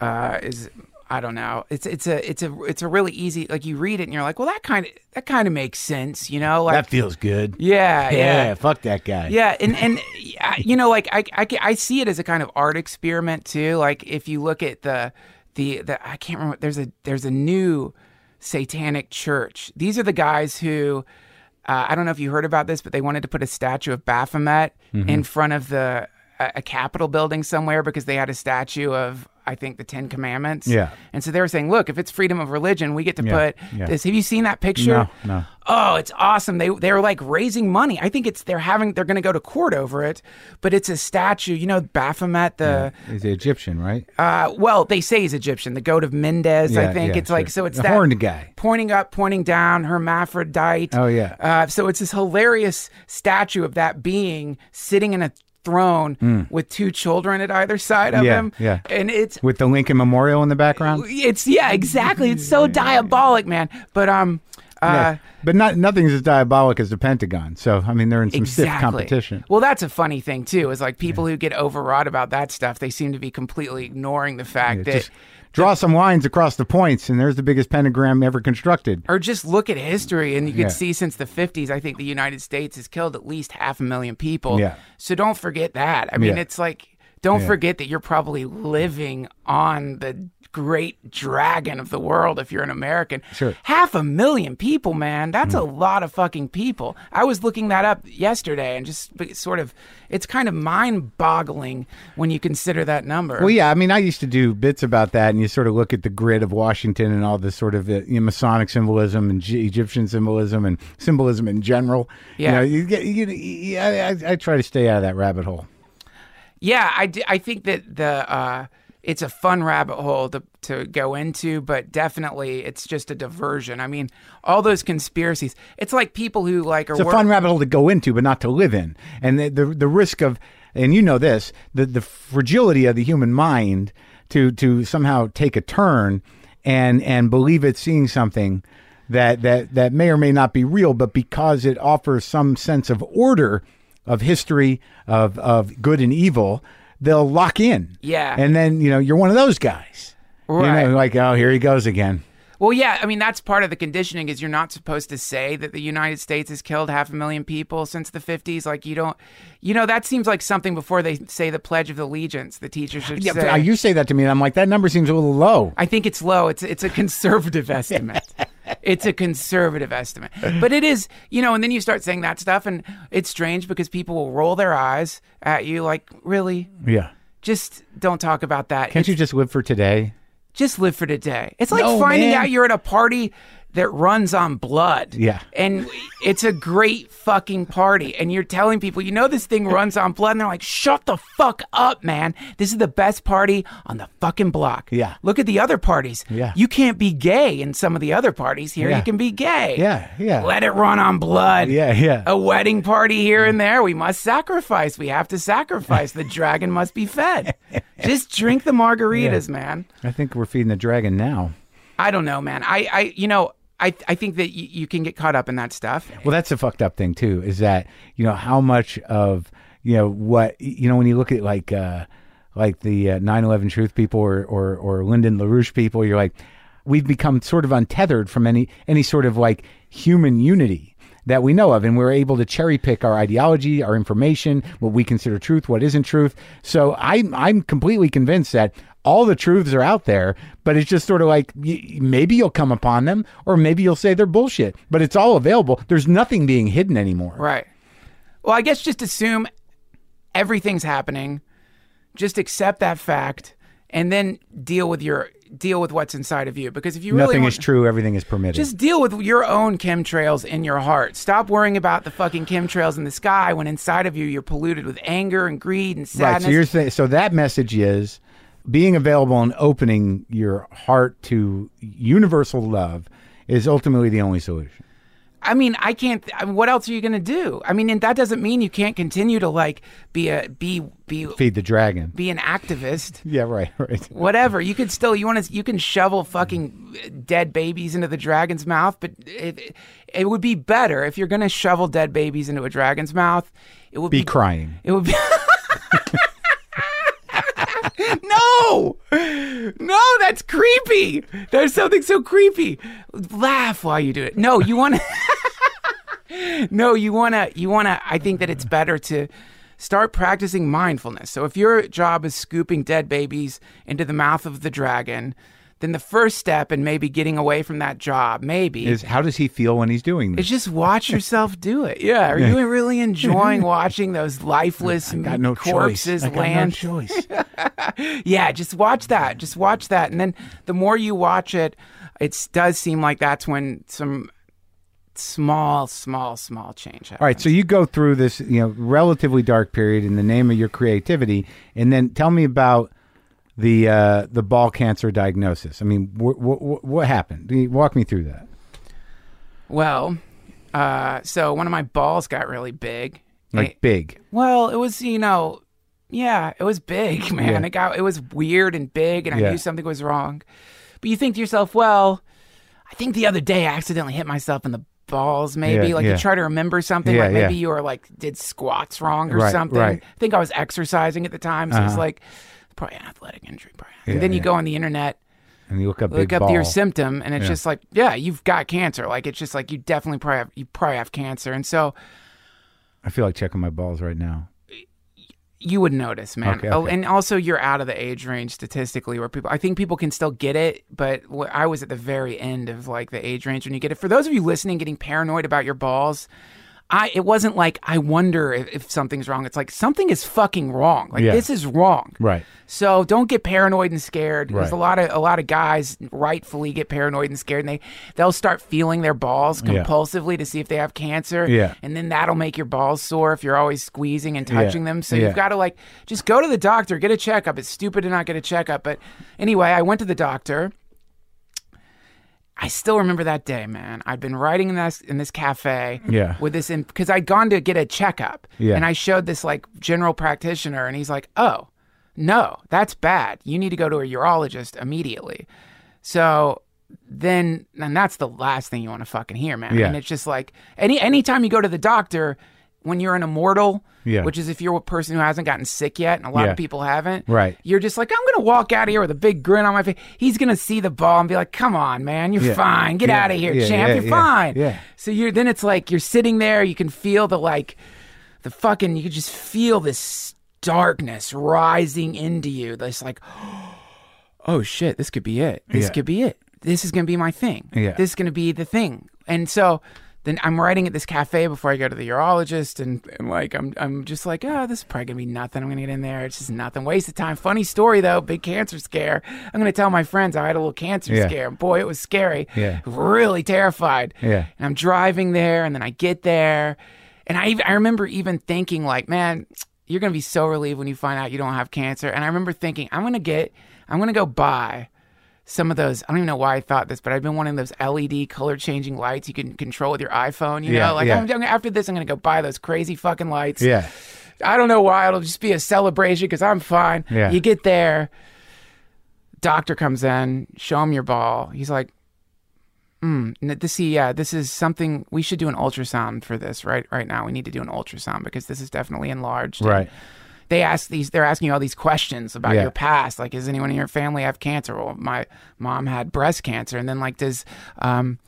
Speaker 2: uh is I don't know. It's it's a it's a it's a really easy like you read it and you're like, "Well, that kind of that kind of makes sense," you know? Like
Speaker 1: feels good.
Speaker 2: yeah, yeah.
Speaker 1: fuck that guy.
Speaker 2: Yeah, and and I- you know, like I, I, ca- I see it as a kind of art experiment too. Like if you look at the, the, the, I can't remember. There's a, there's a new satanic church. These are the guys who, uh, I don't know if you heard about this, but they wanted to put a statue of Baphomet
Speaker 1: Mm-hmm.
Speaker 2: in front of the a, a Capitol building somewhere because they had a statue of, I think, the Ten Commandments.
Speaker 1: Yeah.
Speaker 2: And so they were saying, look, if it's freedom of religion, we get to put
Speaker 1: yeah.
Speaker 2: this. Have you seen that picture?
Speaker 1: No, no.
Speaker 2: Oh, it's awesome. They they're like raising money. I think it's they're having they're going to go to court over it, but it's a statue. You know Baphomet the
Speaker 1: He's the Egyptian, right?
Speaker 2: uh well, they say he's Egyptian, the goat of Mendes, I
Speaker 1: Yeah,
Speaker 2: think.
Speaker 1: yeah,
Speaker 2: it's like
Speaker 1: sure.
Speaker 2: so it's
Speaker 1: The
Speaker 2: that
Speaker 1: horned guy.
Speaker 2: pointing up, pointing down, hermaphrodite.
Speaker 1: Oh, yeah.
Speaker 2: Uh, so it's this hilarious statue of that being sitting in a throne with two children at either side of
Speaker 1: Hmm. Yeah,
Speaker 2: him.
Speaker 1: yeah.
Speaker 2: And it's
Speaker 1: With the Lincoln Memorial in the background.
Speaker 2: it's yeah, exactly. It's so diabolic, man. But um uh
Speaker 1: Yeah. But not nothing's as diabolic as the Pentagon. So I mean, they're in some stiff competition.
Speaker 2: Well, that's a funny thing too. Is like people who get overwrought about that stuff, they seem to be completely ignoring the fact that,
Speaker 1: Just draw some lines across the points, and there's the biggest pentagram ever constructed.
Speaker 2: or just look at history, and you can
Speaker 1: Yeah.
Speaker 2: see since the '50s, I think the United States has killed at least half a million people.
Speaker 1: Yeah.
Speaker 2: So don't forget that. I mean,
Speaker 1: Yeah.
Speaker 2: it's like don't
Speaker 1: Yeah.
Speaker 2: forget that you're probably living on the great dragon of the world if you're an American.
Speaker 1: Sure. Mm.
Speaker 2: Half a million people, man. That's a lot of fucking people. I was looking that up yesterday and just b- sort of, it's kind of mind boggling when you consider that number.
Speaker 1: Well, yeah, I mean, I used to do bits about that, and you sort of look at the grid of Washington and all this sort of uh, you know, Masonic symbolism and G- Egyptian symbolism and symbolism in general.
Speaker 2: Yeah.
Speaker 1: you know, you get, you, you, I, I, I try to stay out of that rabbit hole.
Speaker 2: Yeah, I, d- I think that the uh, it's a fun rabbit hole to, to go into, but definitely it's just a diversion. I mean, all those conspiracies. It's like people who like are
Speaker 1: It's a
Speaker 2: wor-
Speaker 1: fun rabbit hole to go into, but not to live in. And the the, the risk of, and you know this, the, the fragility of the human mind to to somehow take a turn and and believe it's seeing something that that that may or may not be real, but because it offers some sense of order, of history, of of good and evil, they'll lock in.
Speaker 2: Yeah.
Speaker 1: and then you know you're one of those guys.
Speaker 2: Right.
Speaker 1: You know, like oh, here he goes again.
Speaker 2: Well, yeah, I mean that's part of the conditioning is you're not supposed to say that the United States has killed half a million people since the 50s. Like you don't, you know, that seems like something before they say the Pledge of Allegiance. The teachers should say.
Speaker 1: Yeah, you say that to me, and I'm like, that number seems a little low.
Speaker 2: I think it's low. It's it's a conservative estimate. It's a conservative estimate. But it is, you know, and then you start saying that stuff and it's strange because people will roll their eyes at you like, "Really?
Speaker 1: Yeah.
Speaker 2: Just don't talk about that.
Speaker 1: Can't you just live for today?
Speaker 2: Just live for today." It's like
Speaker 1: No,
Speaker 2: finding
Speaker 1: man.
Speaker 2: out you're at a party that runs on blood.
Speaker 1: Yeah.
Speaker 2: And it's a great fucking party and you're telling people, "You know this thing runs on blood." And they're like, "Shut the fuck up, man. This is the best party on the fucking block."
Speaker 1: Yeah.
Speaker 2: Look at the other parties.
Speaker 1: Yeah.
Speaker 2: You can't be gay in some of the other parties here.
Speaker 1: Yeah.
Speaker 2: You can be gay.
Speaker 1: Yeah, yeah.
Speaker 2: Let it run on blood.
Speaker 1: Yeah, yeah.
Speaker 2: A wedding party here and there. We must sacrifice. We have to sacrifice. the dragon must be
Speaker 1: (laughs)
Speaker 2: fed. Just drink the margaritas, man.
Speaker 1: I think we're feeding the dragon now.
Speaker 2: I don't know, man. I, I you know, I, I think that y- you can get caught up in that stuff.
Speaker 1: Well, that's the fucked up thing too. Is that you know how much of you know what you know when you look at like uh like the uh, 9/11 Truth people or or or Lyndon LaRouche people, you're like we've become sort of untethered from any any sort of like human unity that we know of and we're able to cherry pick our ideology our information what we consider truth what isn't truth so i'm i'm completely convinced that all the truths are out there, but it's just sort of like y- maybe you'll come upon them or maybe you'll say they're bullshit, but it's all available. There's nothing being hidden anymore.
Speaker 2: Right. Well, I guess just assume everything's happening. Just accept that fact and then deal with your deal with what's inside of you because if you really
Speaker 1: Nothing
Speaker 2: want-
Speaker 1: is true, everything is permitted.
Speaker 2: Just deal with your own chemtrails in your heart. Stop worrying about the fucking chemtrails in the sky when inside of you you're polluted with anger and greed and
Speaker 1: right.
Speaker 2: sadness.
Speaker 1: So you're saying so that message is being available and opening your heart to universal love is ultimately the only solution.
Speaker 2: I mean, I can't. I mean, what else are you gonna do? I mean, and that doesn't mean you can't continue to like be a be be
Speaker 1: Feed the dragon.
Speaker 2: be an activist.
Speaker 1: Yeah, right, (laughs) right.
Speaker 2: Whatever. You can still you want to you can shovel fucking dead babies into the dragon's mouth, but it it would be better if you're gonna shovel dead babies into a dragon's mouth. It would
Speaker 1: Be crying.
Speaker 2: It would be. (laughs) no, no, that's creepy. There's something so creepy. Laugh while you do it. No, (laughs) you want to. no, you want to. You want to. I think that it's better to start practicing mindfulness. So if your job is scooping dead babies into the mouth of the dragon, then the first step in maybe getting away from that job, maybe,
Speaker 1: Is how does he feel when he's doing
Speaker 2: is
Speaker 1: this?
Speaker 2: just watch
Speaker 1: (laughs)
Speaker 2: yourself do it. Yeah. Are you really enjoying watching those lifeless
Speaker 1: Got no
Speaker 2: corpses
Speaker 1: choice. I got
Speaker 2: land?
Speaker 1: no choice.
Speaker 2: yeah, just watch that. Just watch that. And then the more you watch it, it does seem like that's when some small, small, small change happens.
Speaker 1: All right, so you go through this, you know, relatively dark period in the name of your creativity, and then tell me about the uh, the ball cancer diagnosis. I mean, wh- wh- wh- what happened? You- Walk me through that.
Speaker 2: Well, uh, so one of my balls got really big.
Speaker 1: Like
Speaker 2: It-
Speaker 1: big.
Speaker 2: well, it was, you know, yeah, it was big, (laughs) man.
Speaker 1: Yeah.
Speaker 2: It got it was weird and big and I
Speaker 1: Yeah.
Speaker 2: knew something was wrong. But you think to yourself, well, I think the other day I accidentally hit myself in the balls maybe
Speaker 1: Yeah,
Speaker 2: like
Speaker 1: yeah.
Speaker 2: you try to remember something
Speaker 1: Yeah,
Speaker 2: like maybe
Speaker 1: yeah.
Speaker 2: you were like did squats wrong or
Speaker 1: Right,
Speaker 2: something
Speaker 1: right. Uh-huh.
Speaker 2: i think i was exercising at the time so it's like probably an athletic injury probably.
Speaker 1: Yeah,
Speaker 2: and then you
Speaker 1: yeah.
Speaker 2: go on the internet
Speaker 1: And you look up
Speaker 2: look
Speaker 1: big
Speaker 2: up
Speaker 1: ball.
Speaker 2: your symptom and it's just like yeah you've got cancer like it's just like you definitely probably have, you probably have cancer and so
Speaker 1: I feel like checking my balls right now.
Speaker 2: you would notice man
Speaker 1: Okay,
Speaker 2: oh
Speaker 1: okay.
Speaker 2: and also you're out of the age range statistically where people i think people can still get it but wh- i was at the very end of like the age range when you get it for those of you listening getting paranoid about your balls i it wasn't like i wonder if, if something's wrong it's like something is fucking wrong like
Speaker 1: Yeah.
Speaker 2: this is wrong
Speaker 1: Right.
Speaker 2: So don't get paranoid and scared because
Speaker 1: Right.
Speaker 2: a lot of a lot of guys rightfully get paranoid and scared, and they they'll start feeling their balls
Speaker 1: Yeah.
Speaker 2: compulsively to see if they have cancer.
Speaker 1: Yeah.
Speaker 2: and then that'll make your balls sore if you're always squeezing and touching them. So
Speaker 1: Yeah.
Speaker 2: you've got to like just go to the doctor, get a checkup. It's stupid to not get a checkup, but anyway, I went to the doctor. I still remember that day, man. I'd been writing in this in this cafe (laughs)
Speaker 1: Yeah.
Speaker 2: with this because I'd gone to get a checkup.
Speaker 1: Yeah.
Speaker 2: And I showed this like general practitioner, and he's like, "Oh, no, that's bad. You need to go to a urologist immediately." So then, and that's the last thing you want to fucking hear, man.
Speaker 1: Yeah.
Speaker 2: And it's just like any anytime you go to the doctor when you're an immortal,
Speaker 1: Yeah.
Speaker 2: which is if you're a person who hasn't gotten sick yet, and a lot
Speaker 1: Yeah.
Speaker 2: of people haven't,
Speaker 1: Right.
Speaker 2: You're just like, I'm gonna walk out of here with a big grin on my face. He's gonna see the ball and be like, "Come on, man, you're
Speaker 1: Yeah.
Speaker 2: fine. Get
Speaker 1: Yeah.
Speaker 2: out of here,
Speaker 1: Yeah,
Speaker 2: champ.
Speaker 1: yeah,
Speaker 2: you're
Speaker 1: yeah.
Speaker 2: fine."
Speaker 1: Yeah.
Speaker 2: So you're then it's like you're sitting there, you can feel the like the fucking you can just feel this darkness rising into you. This like (gasps) oh shit, this could be it. This
Speaker 1: Yeah.
Speaker 2: could be it. This is gonna be my thing.
Speaker 1: Yeah.
Speaker 2: This is gonna be the thing. And so then I'm writing at this cafe before I go to the urologist and, and like I'm I'm just like, oh, this is probably gonna be nothing. I'm gonna get in there. It's just nothing. Waste of time. Funny story though, big cancer scare. I'm gonna tell my friends I had a little cancer
Speaker 1: Yeah.
Speaker 2: scare. Boy, it was scary.
Speaker 1: Yeah.
Speaker 2: Really terrified.
Speaker 1: Yeah.
Speaker 2: And I'm driving there, and then I get there, and I even, I remember even thinking like, man, you're gonna be so relieved when you find out you don't have cancer. And I remember thinking, I'm gonna get, I'm gonna go buy some of those. I don't even know why I thought this, but I've been wanting those LED color changing lights you can control with your iPhone. You
Speaker 1: Yeah,
Speaker 2: know, like
Speaker 1: yeah.
Speaker 2: I'm, I'm- after this, I'm gonna go buy those crazy fucking lights.
Speaker 1: Yeah.
Speaker 2: I don't know why. It'll just be a celebration because I'm fine.
Speaker 1: Yeah.
Speaker 2: You get there, doctor comes in, show him your ball. He's like, hmm, n- this, see, yeah, this is something we should do an ultrasound for this right right now. We need to do an ultrasound because this is definitely enlarged.
Speaker 1: Right.
Speaker 2: They ask these. They're asking you all these questions about
Speaker 1: Yeah.
Speaker 2: your past. Like, does anyone in your family have cancer? Well, my mom had breast cancer, and then like, does um,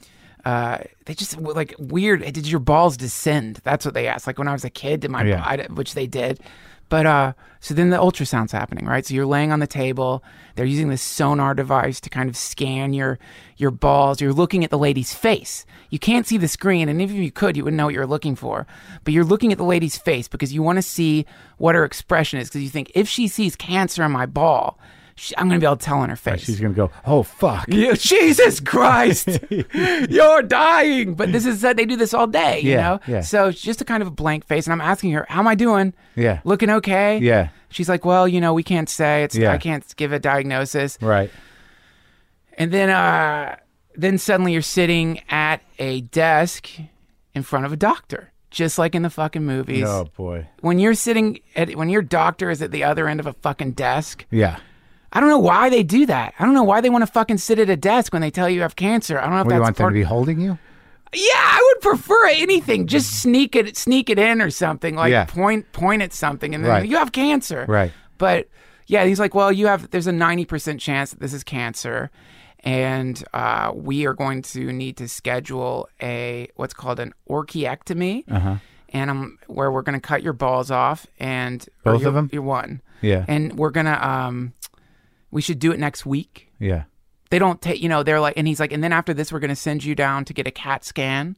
Speaker 2: uh, they just like weird? Did your balls descend? That's what they asked. Like when I was a kid, did my
Speaker 1: Yeah.
Speaker 2: I, which they did. But uh, so then the ultrasound's happening, right? So you're laying on the table. They're using this sonar device to kind of scan your your balls. You're looking at the lady's face. You can't see the screen, and if you could, you wouldn't know what you're looking for. But you're looking at the lady's face because you want to see what her expression is. Because you think if she sees cancer in my ball, she, I'm going to be able to tell on her face.
Speaker 1: She's gonna go. Oh fuck. (laughs)
Speaker 2: Yeah, Jesus Christ, you're dying. But this is they do this all day, you
Speaker 1: Yeah,
Speaker 2: know.
Speaker 1: yeah.
Speaker 2: So it's just a kind of a blank face, and I'm asking her, "How am I doing?
Speaker 1: Yeah.
Speaker 2: (laughs) looking okay."
Speaker 1: Yeah.
Speaker 2: She's like, "Well, you know, we can't say. It's
Speaker 1: Yeah.
Speaker 2: I can't give a diagnosis."
Speaker 1: Right.
Speaker 2: And then, uh, then suddenly you're sitting at a desk in front of a doctor, just like in the fucking movies.
Speaker 1: Oh boy.
Speaker 2: When you're sitting at when your doctor is at the other end of a fucking desk,
Speaker 1: Yeah.
Speaker 2: I don't know why they do that. I don't know why they want to fucking sit at a desk when they tell you you have cancer. I don't know if
Speaker 1: What do you
Speaker 2: that's
Speaker 1: want them
Speaker 2: part.
Speaker 1: to be holding you?
Speaker 2: yeah, I would prefer anything. Just sneak it, sneak it in or something. Like
Speaker 1: Yeah.
Speaker 2: point, point at something, and then
Speaker 1: Right.
Speaker 2: you have cancer.
Speaker 1: Right.
Speaker 2: But yeah, he's like, well, you have. There's a ninety percent chance that this is cancer, and uh,
Speaker 1: Uh-huh.
Speaker 2: we are going to need to schedule a what's called an orchiectomy. and I'm where we're gonna cut your balls off and or
Speaker 1: Both of
Speaker 2: your-
Speaker 1: them?
Speaker 2: Your one.
Speaker 1: Yeah.
Speaker 2: And we're gonna um, we should do it next week.
Speaker 1: yeah.
Speaker 2: They don't take you know they're like and he's like and then after this we're gonna send you down to get a CAT scan,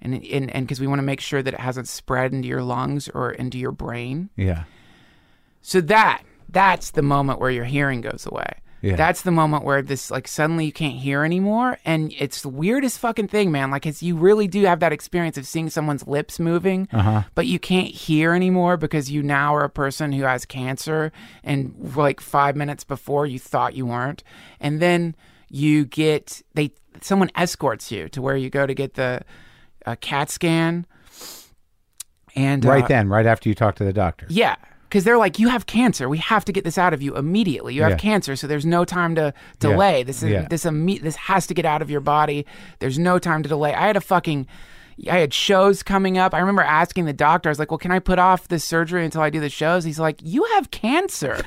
Speaker 2: and and and because we want to make sure that it hasn't spread into your lungs or into your brain.
Speaker 1: Yeah.
Speaker 2: So that that's the moment where your hearing goes away.
Speaker 1: Yeah.
Speaker 2: That's the moment where this like suddenly you can't hear anymore and it's the weirdest fucking thing, man. Like it's you really do have that experience of seeing someone's lips moving,
Speaker 1: Uh-huh.
Speaker 2: but you can't hear anymore because you now are a person who has cancer and like 5 minutes before you thought you weren't. And then you get they someone escorts you to where you go to get the uh, CAT scan and uh,
Speaker 1: Right then, right after you talk to the doctor.
Speaker 2: yeah. Because they're like, you have cancer. We have to get this out of you immediately. You have
Speaker 1: Yeah.
Speaker 2: cancer, so there's no time to delay. This is,
Speaker 1: Yeah.
Speaker 2: this imme- this has to get out of your body. There's no time to delay. I had a fucking, I had shows coming up. I remember asking the doctor, I was like, well, can I put off this surgery until I do the shows? He's like, you have
Speaker 1: (laughs)
Speaker 2: cancer.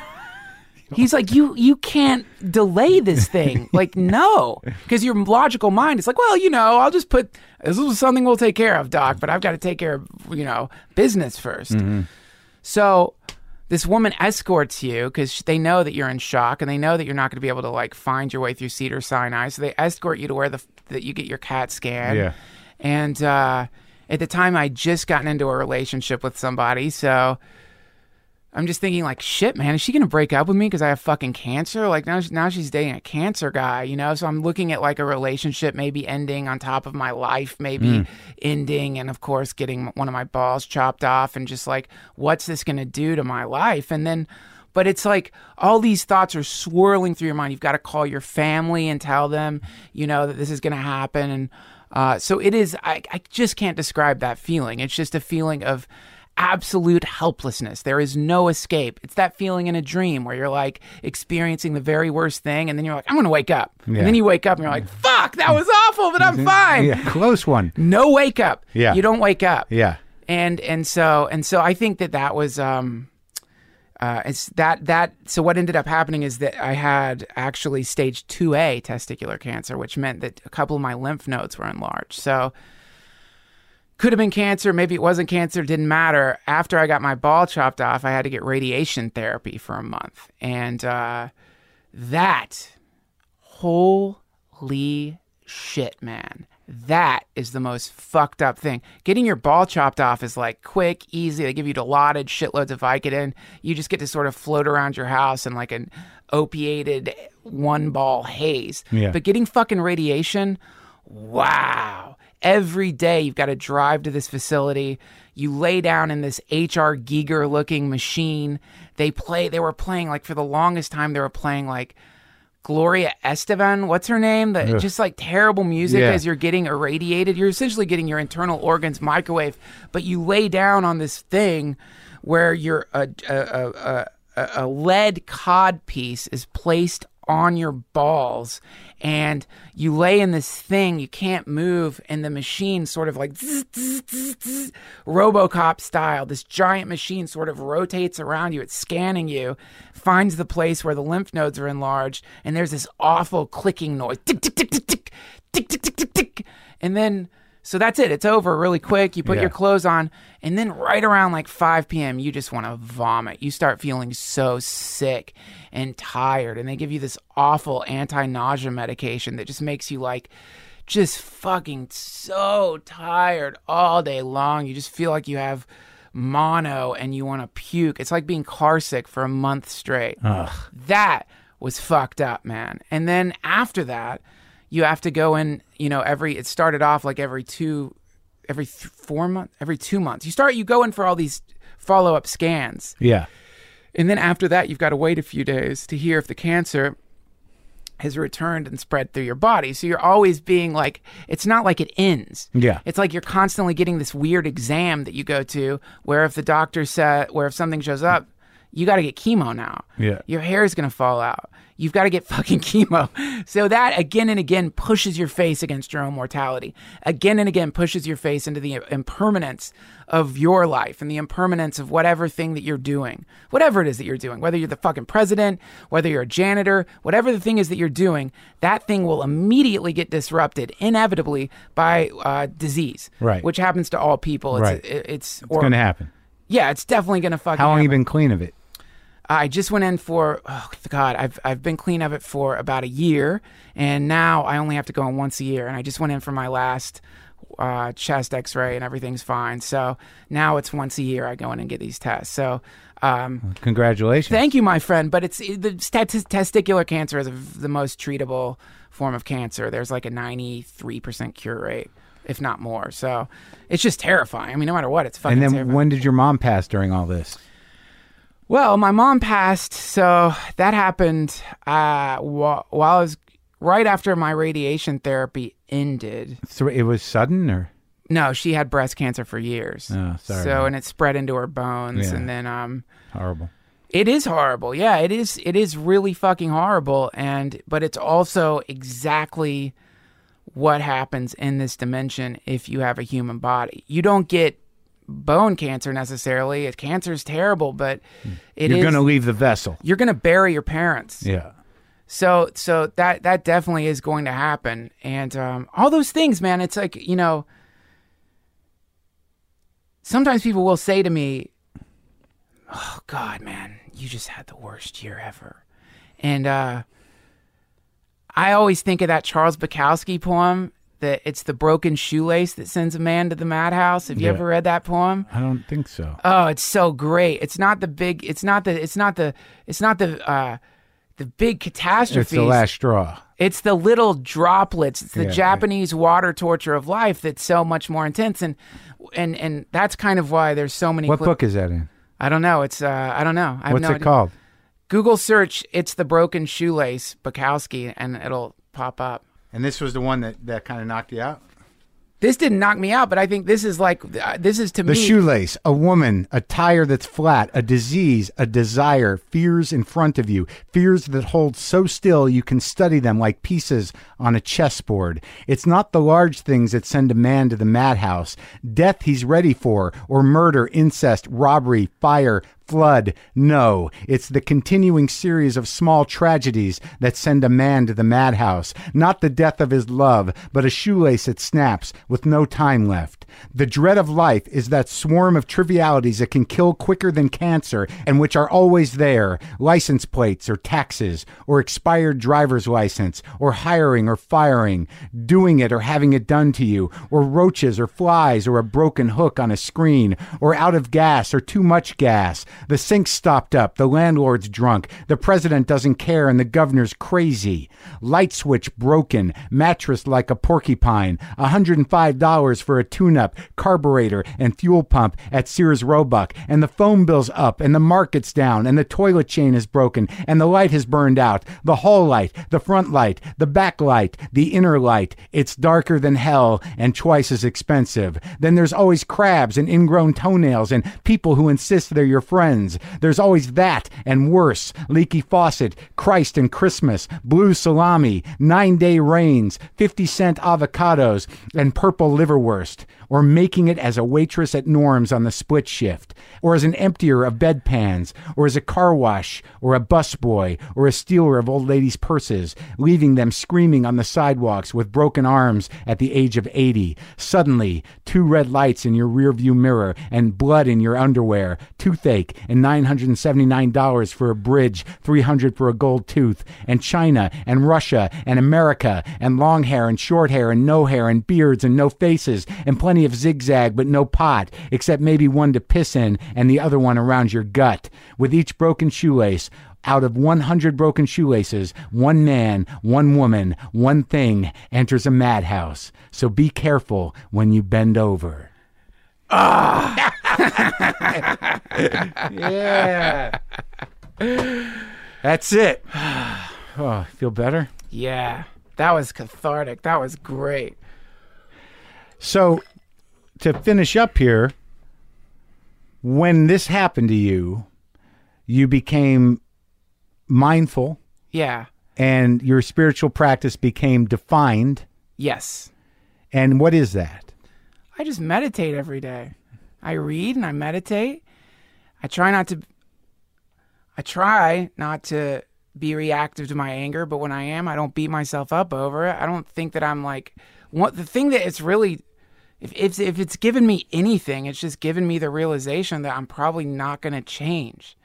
Speaker 2: He's like, you you can't delay this
Speaker 1: (laughs)
Speaker 2: thing. Like, no, because your logical mind is like, well, you know, I'll just put this is something we'll take care of, doc. But I've got to take care of you know business 1st
Speaker 1: Mm-hmm.
Speaker 2: So this woman escorts you because they know that you're in shock and they know that you're not going to be able to like find your way through Cedar Sinai. So they escort you to where the f- that you get your CAT scan.
Speaker 1: Yeah.
Speaker 2: And uh, at the time, I just gotten into a relationship with somebody, so. I'm just thinking, like, shit, man, is she gonna break up with me because I have fucking cancer? Like now, she, now she's dating a cancer guy, you know. So I'm looking at like a relationship maybe ending on top of my life, maybe ending, and of course getting one of my balls chopped off, and just like, what's this gonna do to my life? And then, but it's like all these thoughts are swirling through your mind. You've got to call your family and tell them, you know, that this is gonna happen, and uh, so it is. I, I just can't describe that feeling. It's just a feeling of absolute helplessness. There is no escape. It's that feeling in a dream where you're like experiencing the very worst thing, and then you're like, I'm going to wake up.
Speaker 1: Yeah.
Speaker 2: And then you wake up and you're like, fuck, that was awful, but I'm fine.
Speaker 1: (laughs) Yeah. Close one.
Speaker 2: No wake up.
Speaker 1: Yeah.
Speaker 2: You don't wake up
Speaker 1: Yeah.
Speaker 2: and and so and so I think that that was um uh it's that that so what ended up happening is that I had actually stage 2A testicular cancer which meant that a couple of my lymph nodes were enlarged so could have been cancer maybe it wasn't cancer didn't matter after I got my ball chopped off I had to get radiation therapy for a month and uh that holy shit, man. That is the most fucked up thing. Getting your ball chopped off is like quick, easy. They give you dilaudid, shitloads of Vicodin. You just get to sort of float around your house in like an opiated one ball haze.
Speaker 1: Yeah.
Speaker 2: But getting fucking radiation, wow. Every day you've got to drive to this facility. You lay down in this HR Giger looking machine. They play, they were playing like for the longest time, they were playing like Gloria Estevan, what's her name? The, just like terrible music
Speaker 1: Yeah.
Speaker 2: as you're getting irradiated. You're essentially getting your internal organs microwave, but you lay down on this thing where uh, your a, a, a, a, a lead cod piece is placed on your balls, and you lay in this thing. You can't move, and the machine sort of like zzz, zzz, zzz, zzz, RoboCop style. This giant machine sort of rotates around you. It's scanning you, finds the place where the lymph nodes are enlarged, and there's this awful clicking noise. Tick, tick, tick, tick, tick, tick, tick, tick, tick, tick. And then, so that's it. It's over really quick. You put
Speaker 1: Yeah.
Speaker 2: your clothes on, and then right around like 5 p.m., you just want to vomit. You start feeling so sick and tired, and they give you this awful anti nausea medication that just makes you like, just fucking so tired all day long. You just feel like you have mono and you want to puke. It's like being car sick for a month straight. That was fucked up, man. And then after that, you have to go in, you know, every, it started off like every two, every th- four months, every two months. You start, you go in for all these follow up scans.
Speaker 1: Yeah.
Speaker 2: And then after that, you've got to wait a few days to hear if the cancer has returned and spread through your body. So you're always being like, it's not like it ends.
Speaker 1: Yeah.
Speaker 2: It's like you're constantly getting this weird exam that you go to where if the doctor said, where if something shows up, you got to get chemo now.
Speaker 1: Yeah.
Speaker 2: Your hair is going to fall out. you've got to get (laughs) fucking chemo. So that again and again pushes your face against your own mortality. Again and again pushes your face into the impermanence of your life and the impermanence of whatever thing that you're doing, whatever it is that you're doing, whether you're the fucking president, whether you're a janitor, whatever the thing is that you're doing, that thing will immediately get disrupted inevitably by uh, disease,
Speaker 1: Right.
Speaker 2: Which happens to all people. It's,
Speaker 1: Right.
Speaker 2: it- it's,
Speaker 1: It's
Speaker 2: or,
Speaker 1: going to happen.
Speaker 2: yeah, it's definitely gonna fucking.
Speaker 1: How long
Speaker 2: happen.
Speaker 1: you been clean of it?
Speaker 2: I just went in for oh god, I've I've been clean of it for about a year, and now I only have to go in once a year. And I just went in for my last uh, chest X-ray, and everything's fine. So now it's once a year I go in and get these tests. So. Um,
Speaker 1: Congratulations.
Speaker 2: thank you, my friend. But it's the stat- testicular cancer is the most treatable form of cancer. There's like a 93% cure rate, if not more. So it's just terrifying. I mean, no matter what, it's fucking
Speaker 1: and then
Speaker 2: terrifying.
Speaker 1: when did your mom pass during all this?
Speaker 2: Well, my mom passed, so that happened uh, wh- while I was right after my radiation therapy ended.
Speaker 1: So it was sudden or?
Speaker 2: No, she had breast cancer for years.
Speaker 1: Oh, sorry.
Speaker 2: So and it spread into her bones,
Speaker 1: Yeah.
Speaker 2: and then um,
Speaker 1: Horrible.
Speaker 2: it is horrible. Yeah, it is. It is really fucking horrible. And but it's also exactly what happens in this dimension if you have a human body. You don't get bone cancer necessarily. Cancer is terrible, but it
Speaker 1: Hmm. You're
Speaker 2: is-
Speaker 1: going to leave the vessel.
Speaker 2: you're gonna bury your parents.
Speaker 1: Yeah.
Speaker 2: So so that that definitely is going to happen, and um, all those things, man. It's like you know. Sometimes people will say to me, "Oh God, man, you just had the worst year ever," and uh, I always think of that Charles Bukowski poem that it's the broken shoelace that sends a man to the madhouse. Have you
Speaker 1: Yeah.
Speaker 2: ever read that poem?
Speaker 1: I don't think so.
Speaker 2: Oh, it's so great. It's not the big. It's not the. It's not the. It's not the. uh the big catastrophes.
Speaker 1: It's the last straw.
Speaker 2: It's the little droplets. It's the
Speaker 1: Yeah,
Speaker 2: Japanese water torture of life that's so much more intense, and and and that's kind of why there's so many.
Speaker 1: What
Speaker 2: cli-
Speaker 1: book is that in?
Speaker 2: I don't know. It's uh, I don't know. I have
Speaker 1: What's
Speaker 2: no
Speaker 1: it
Speaker 2: idea.
Speaker 1: called?
Speaker 2: Google search. It's the broken shoelace Bukowski, and it'll pop up.
Speaker 1: And this was the one that, that kind of knocked you out?
Speaker 2: This didn't knock me out, but I think this is like uh, this is to
Speaker 1: The
Speaker 2: me.
Speaker 1: shoelace, a woman, a tire that's flat, a disease, a desire, fears in front of you, fears that hold so still you can study them like pieces on a chessboard. It's not the large things that send a man to the madhouse. Death he's ready for, or murder, incest, robbery, fire, flood. No, it's the continuing series of small tragedies that send a man to the madhouse. Not the death of his love, but a shoelace that snaps with no time left. The dread of life is that swarm of trivialities that can kill quicker than cancer and which are always there license plates or taxes or expired driver's license or hiring or firing, doing it or having it done to you, or roaches or flies or a broken hook on a screen, or out of gas or too much gas. The sink's stopped up, the landlord's drunk, the president doesn't care, and the governor's crazy. Light switch broken, mattress like a porcupine, $105 for a tune up, carburetor, and fuel pump at Sears Roebuck, and the phone bill's up, and the market's down, and the toilet chain is broken, and the light has burned out, the hall light, the front light, the back light, the inner light. It's darker than hell and twice as expensive. Then there's always crabs and ingrown toenails and people who insist they're your friends. There's always that and worse leaky faucet, Christ and Christmas, blue salami, nine day rains, 50 cent avocados, and purple liverwurst. Or making it as a waitress at Norm's on the split shift, or as an emptier of bedpans, or as a car wash, or a busboy, or a stealer of old ladies' purses, leaving them screaming on the sidewalks with broken arms at the age of 80. Suddenly, two red lights in your rearview mirror and blood in your underwear, toothache, and $979 for a bridge, 300 for a gold tooth, and China, and Russia, and America, and long hair, and short hair, and no hair, and beards, and no faces, and plenty of zigzag, but no pot, except maybe one to piss in, and the other one around your gut. With each broken shoelace, out of 100 broken shoelaces, one man, one woman, one thing enters a madhouse. So be careful when you bend over. Ah! yeah. That's it. (sighs) Oh, feel better?
Speaker 2: yeah, that was cathartic. That was great.
Speaker 1: So, to finish up here, when this happened to you, you became mindful
Speaker 2: Yeah.
Speaker 1: and your spiritual practice became defined.
Speaker 2: Yes.
Speaker 1: And what is that?
Speaker 2: I just meditate every day. I read and I meditate. I try not to I try not to be reactive to my anger, but when I am, I don't beat myself up over it. I don't think that I'm like what the thing that it's really if if, if it's given me anything, it's just given me the realization that I'm probably not going to change.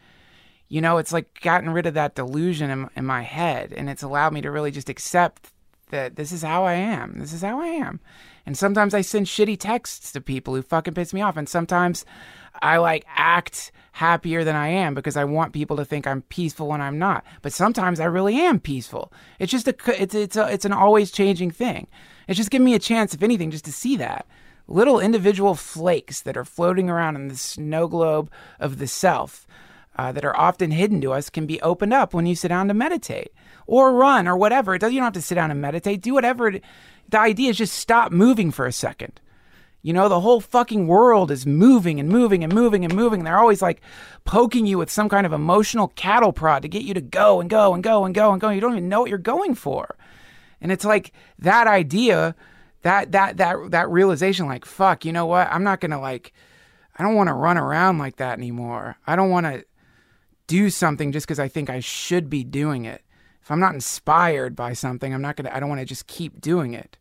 Speaker 2: You know, it's like gotten rid of that delusion in, in my head, and it's allowed me to really just accept that this is how I am. This is how I am. And sometimes I send shitty texts to people who fucking piss me off. And sometimes I like act happier than I am because I want people to think I'm peaceful when I'm not. But sometimes I really am peaceful. It's just a, c- it's, it's, a, it's an always changing thing. It's just giving me a chance, if anything, just to see that little individual flakes that are floating around in the snow globe of the self uh, that are often hidden to us can be opened up when you sit down to meditate or run or whatever. It does, you don't have to sit down and meditate. Do whatever. It, the idea is just stop moving for a second. You know, the whole fucking world is moving and moving and moving and moving. And they're always like poking you with some kind of emotional cattle prod to get you to go and go and go and go and go. You don't even know what you're going for. And it's like that idea, that that that that realization, like, fuck, you know what? I'm not gonna like I don't wanna run around like that anymore. I don't wanna do something just because I think I should be doing it. If I'm not inspired by something, I'm not gonna I don't wanna just keep doing it.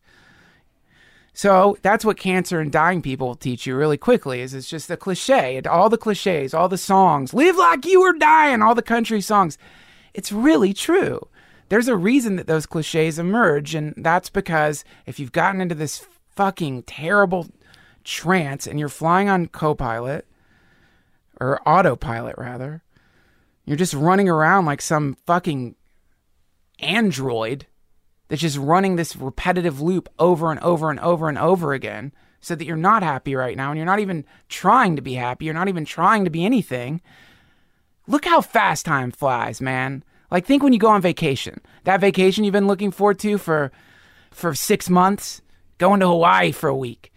Speaker 2: So that's what cancer and dying people teach you really quickly is it's just the cliche, it- all the cliches, all the songs, live like you were dying, all the country songs. It's really true. There's a reason that those cliches emerge, and that's because if you've gotten into this fucking terrible trance and you're flying on copilot or autopilot rather, you're just running around like some fucking android that's just running this repetitive loop over and over and over and over again so that you're not happy right now and you're not even trying to be happy. You're not even trying to be anything. Look how fast time flies, man. Like think when you go on vacation. That vacation you've been looking forward to for for 6 months, going to Hawaii for a week.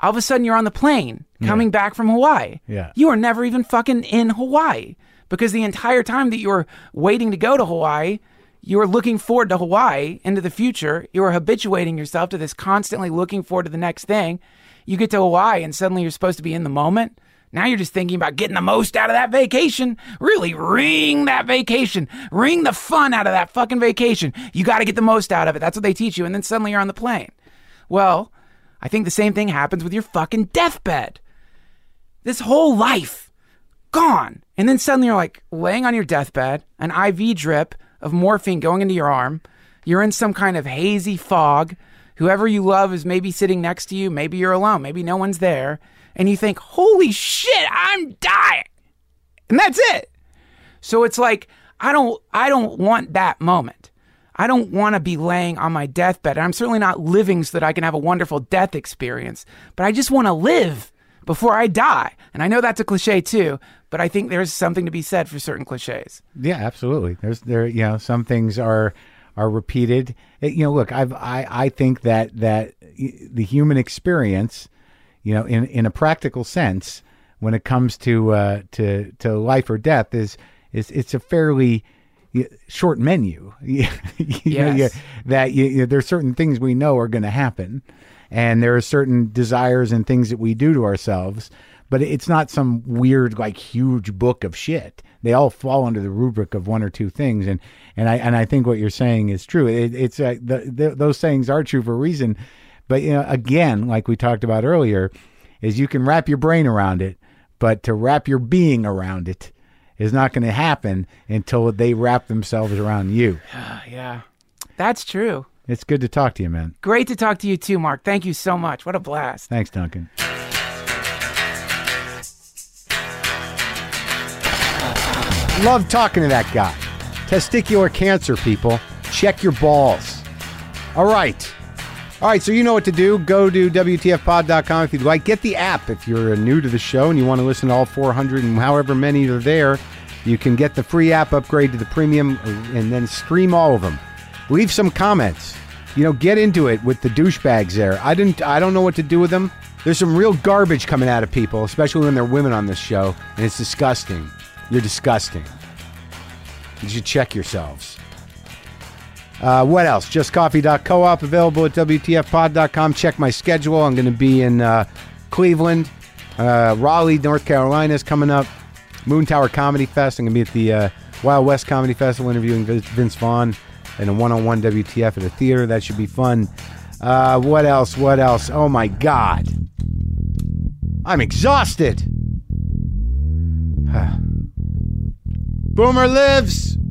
Speaker 2: All of a sudden you're on the plane coming back from Hawaii.
Speaker 1: Yeah.
Speaker 2: You are never even fucking in Hawaii because the entire time that you were waiting to go to Hawaii, you were looking forward to Hawaii into the future. You were habituating yourself to this constantly looking forward to the next thing. You get to Hawaii and suddenly you're supposed to be in the moment. Now you're just thinking about getting the most out of that vacation. Really wring that vacation. Wring the fun out of that fucking vacation. You got to get the most out of it. That's what they teach you. And then suddenly you're on the plane. Well, I think the same thing happens with your fucking deathbed this whole life gone. And then suddenly you're like laying on your deathbed, an IV drip of morphine going into your arm. You're in some kind of hazy fog. Whoever you love is maybe sitting next to you. Maybe you're alone. Maybe no one's there. And you think, holy shit, I'm dying. And that's it. So it's like I don't I don't want that moment. I don't want to be laying on my deathbed. And I'm certainly not living so that I can have a wonderful death experience, but I just want to live before I die. And I know that's a cliche too, but I think there's something to be said for certain cliches.
Speaker 1: Yeah, absolutely. There's there you know some things are are repeated. Uh, You know, look, I've I I think that that y- the human experience, you know, in in a practical sense, when it comes to uh, to to life or death, is is it's a fairly y- short menu. (laughs) You know,
Speaker 2: Yes.
Speaker 1: you- that you, you, there's certain things we know are going to happen, and there are certain desires and things that we do to ourselves. But it's not some weird, like huge book of shit. They all fall under the rubric of one or two things, and and I and I think what you're saying is true. It, it's uh, the, the, those sayings are true for a reason. But you know, again, like we talked about earlier, is you can wrap your brain around it, but to wrap your being around it is not going to happen until they wrap themselves around you.
Speaker 2: yeah. That's true.
Speaker 1: It's good to talk to you, man.
Speaker 2: Great to talk to you too, Mark. Thank you so much. What a blast.
Speaker 1: Thanks, Duncan.
Speaker 4: Love talking to that guy. Testicular cancer, people. Check your balls. All right. All right, so you know what to do. Go to WTFpod.com if you'd like. Get the app if you're new to the show and you want to listen to all 400 and however many are there. You can get the free app, upgrade to the premium, and then stream all of them. Leave some comments. You know, get into it with the douchebags there. I didn't. I don't know what to do with them. There's some real garbage coming out of people, especially when they're women on this show, and it's disgusting. You're disgusting. You should check yourselves.
Speaker 1: Uh, what else? JustCoffee.coop, available at WTFpod.com. Check my schedule. I'm going to be in uh, Cleveland, uh, Raleigh, North Carolina is coming up. Moon Tower Comedy Fest. I'm going to be at the uh, Wild West Comedy Festival interviewing Vin- Vince Vaughn in a one on one WTF at a theater. That should be fun. Uh, what else? What else? Oh my God. I'm exhausted. (sighs) Boomer lives.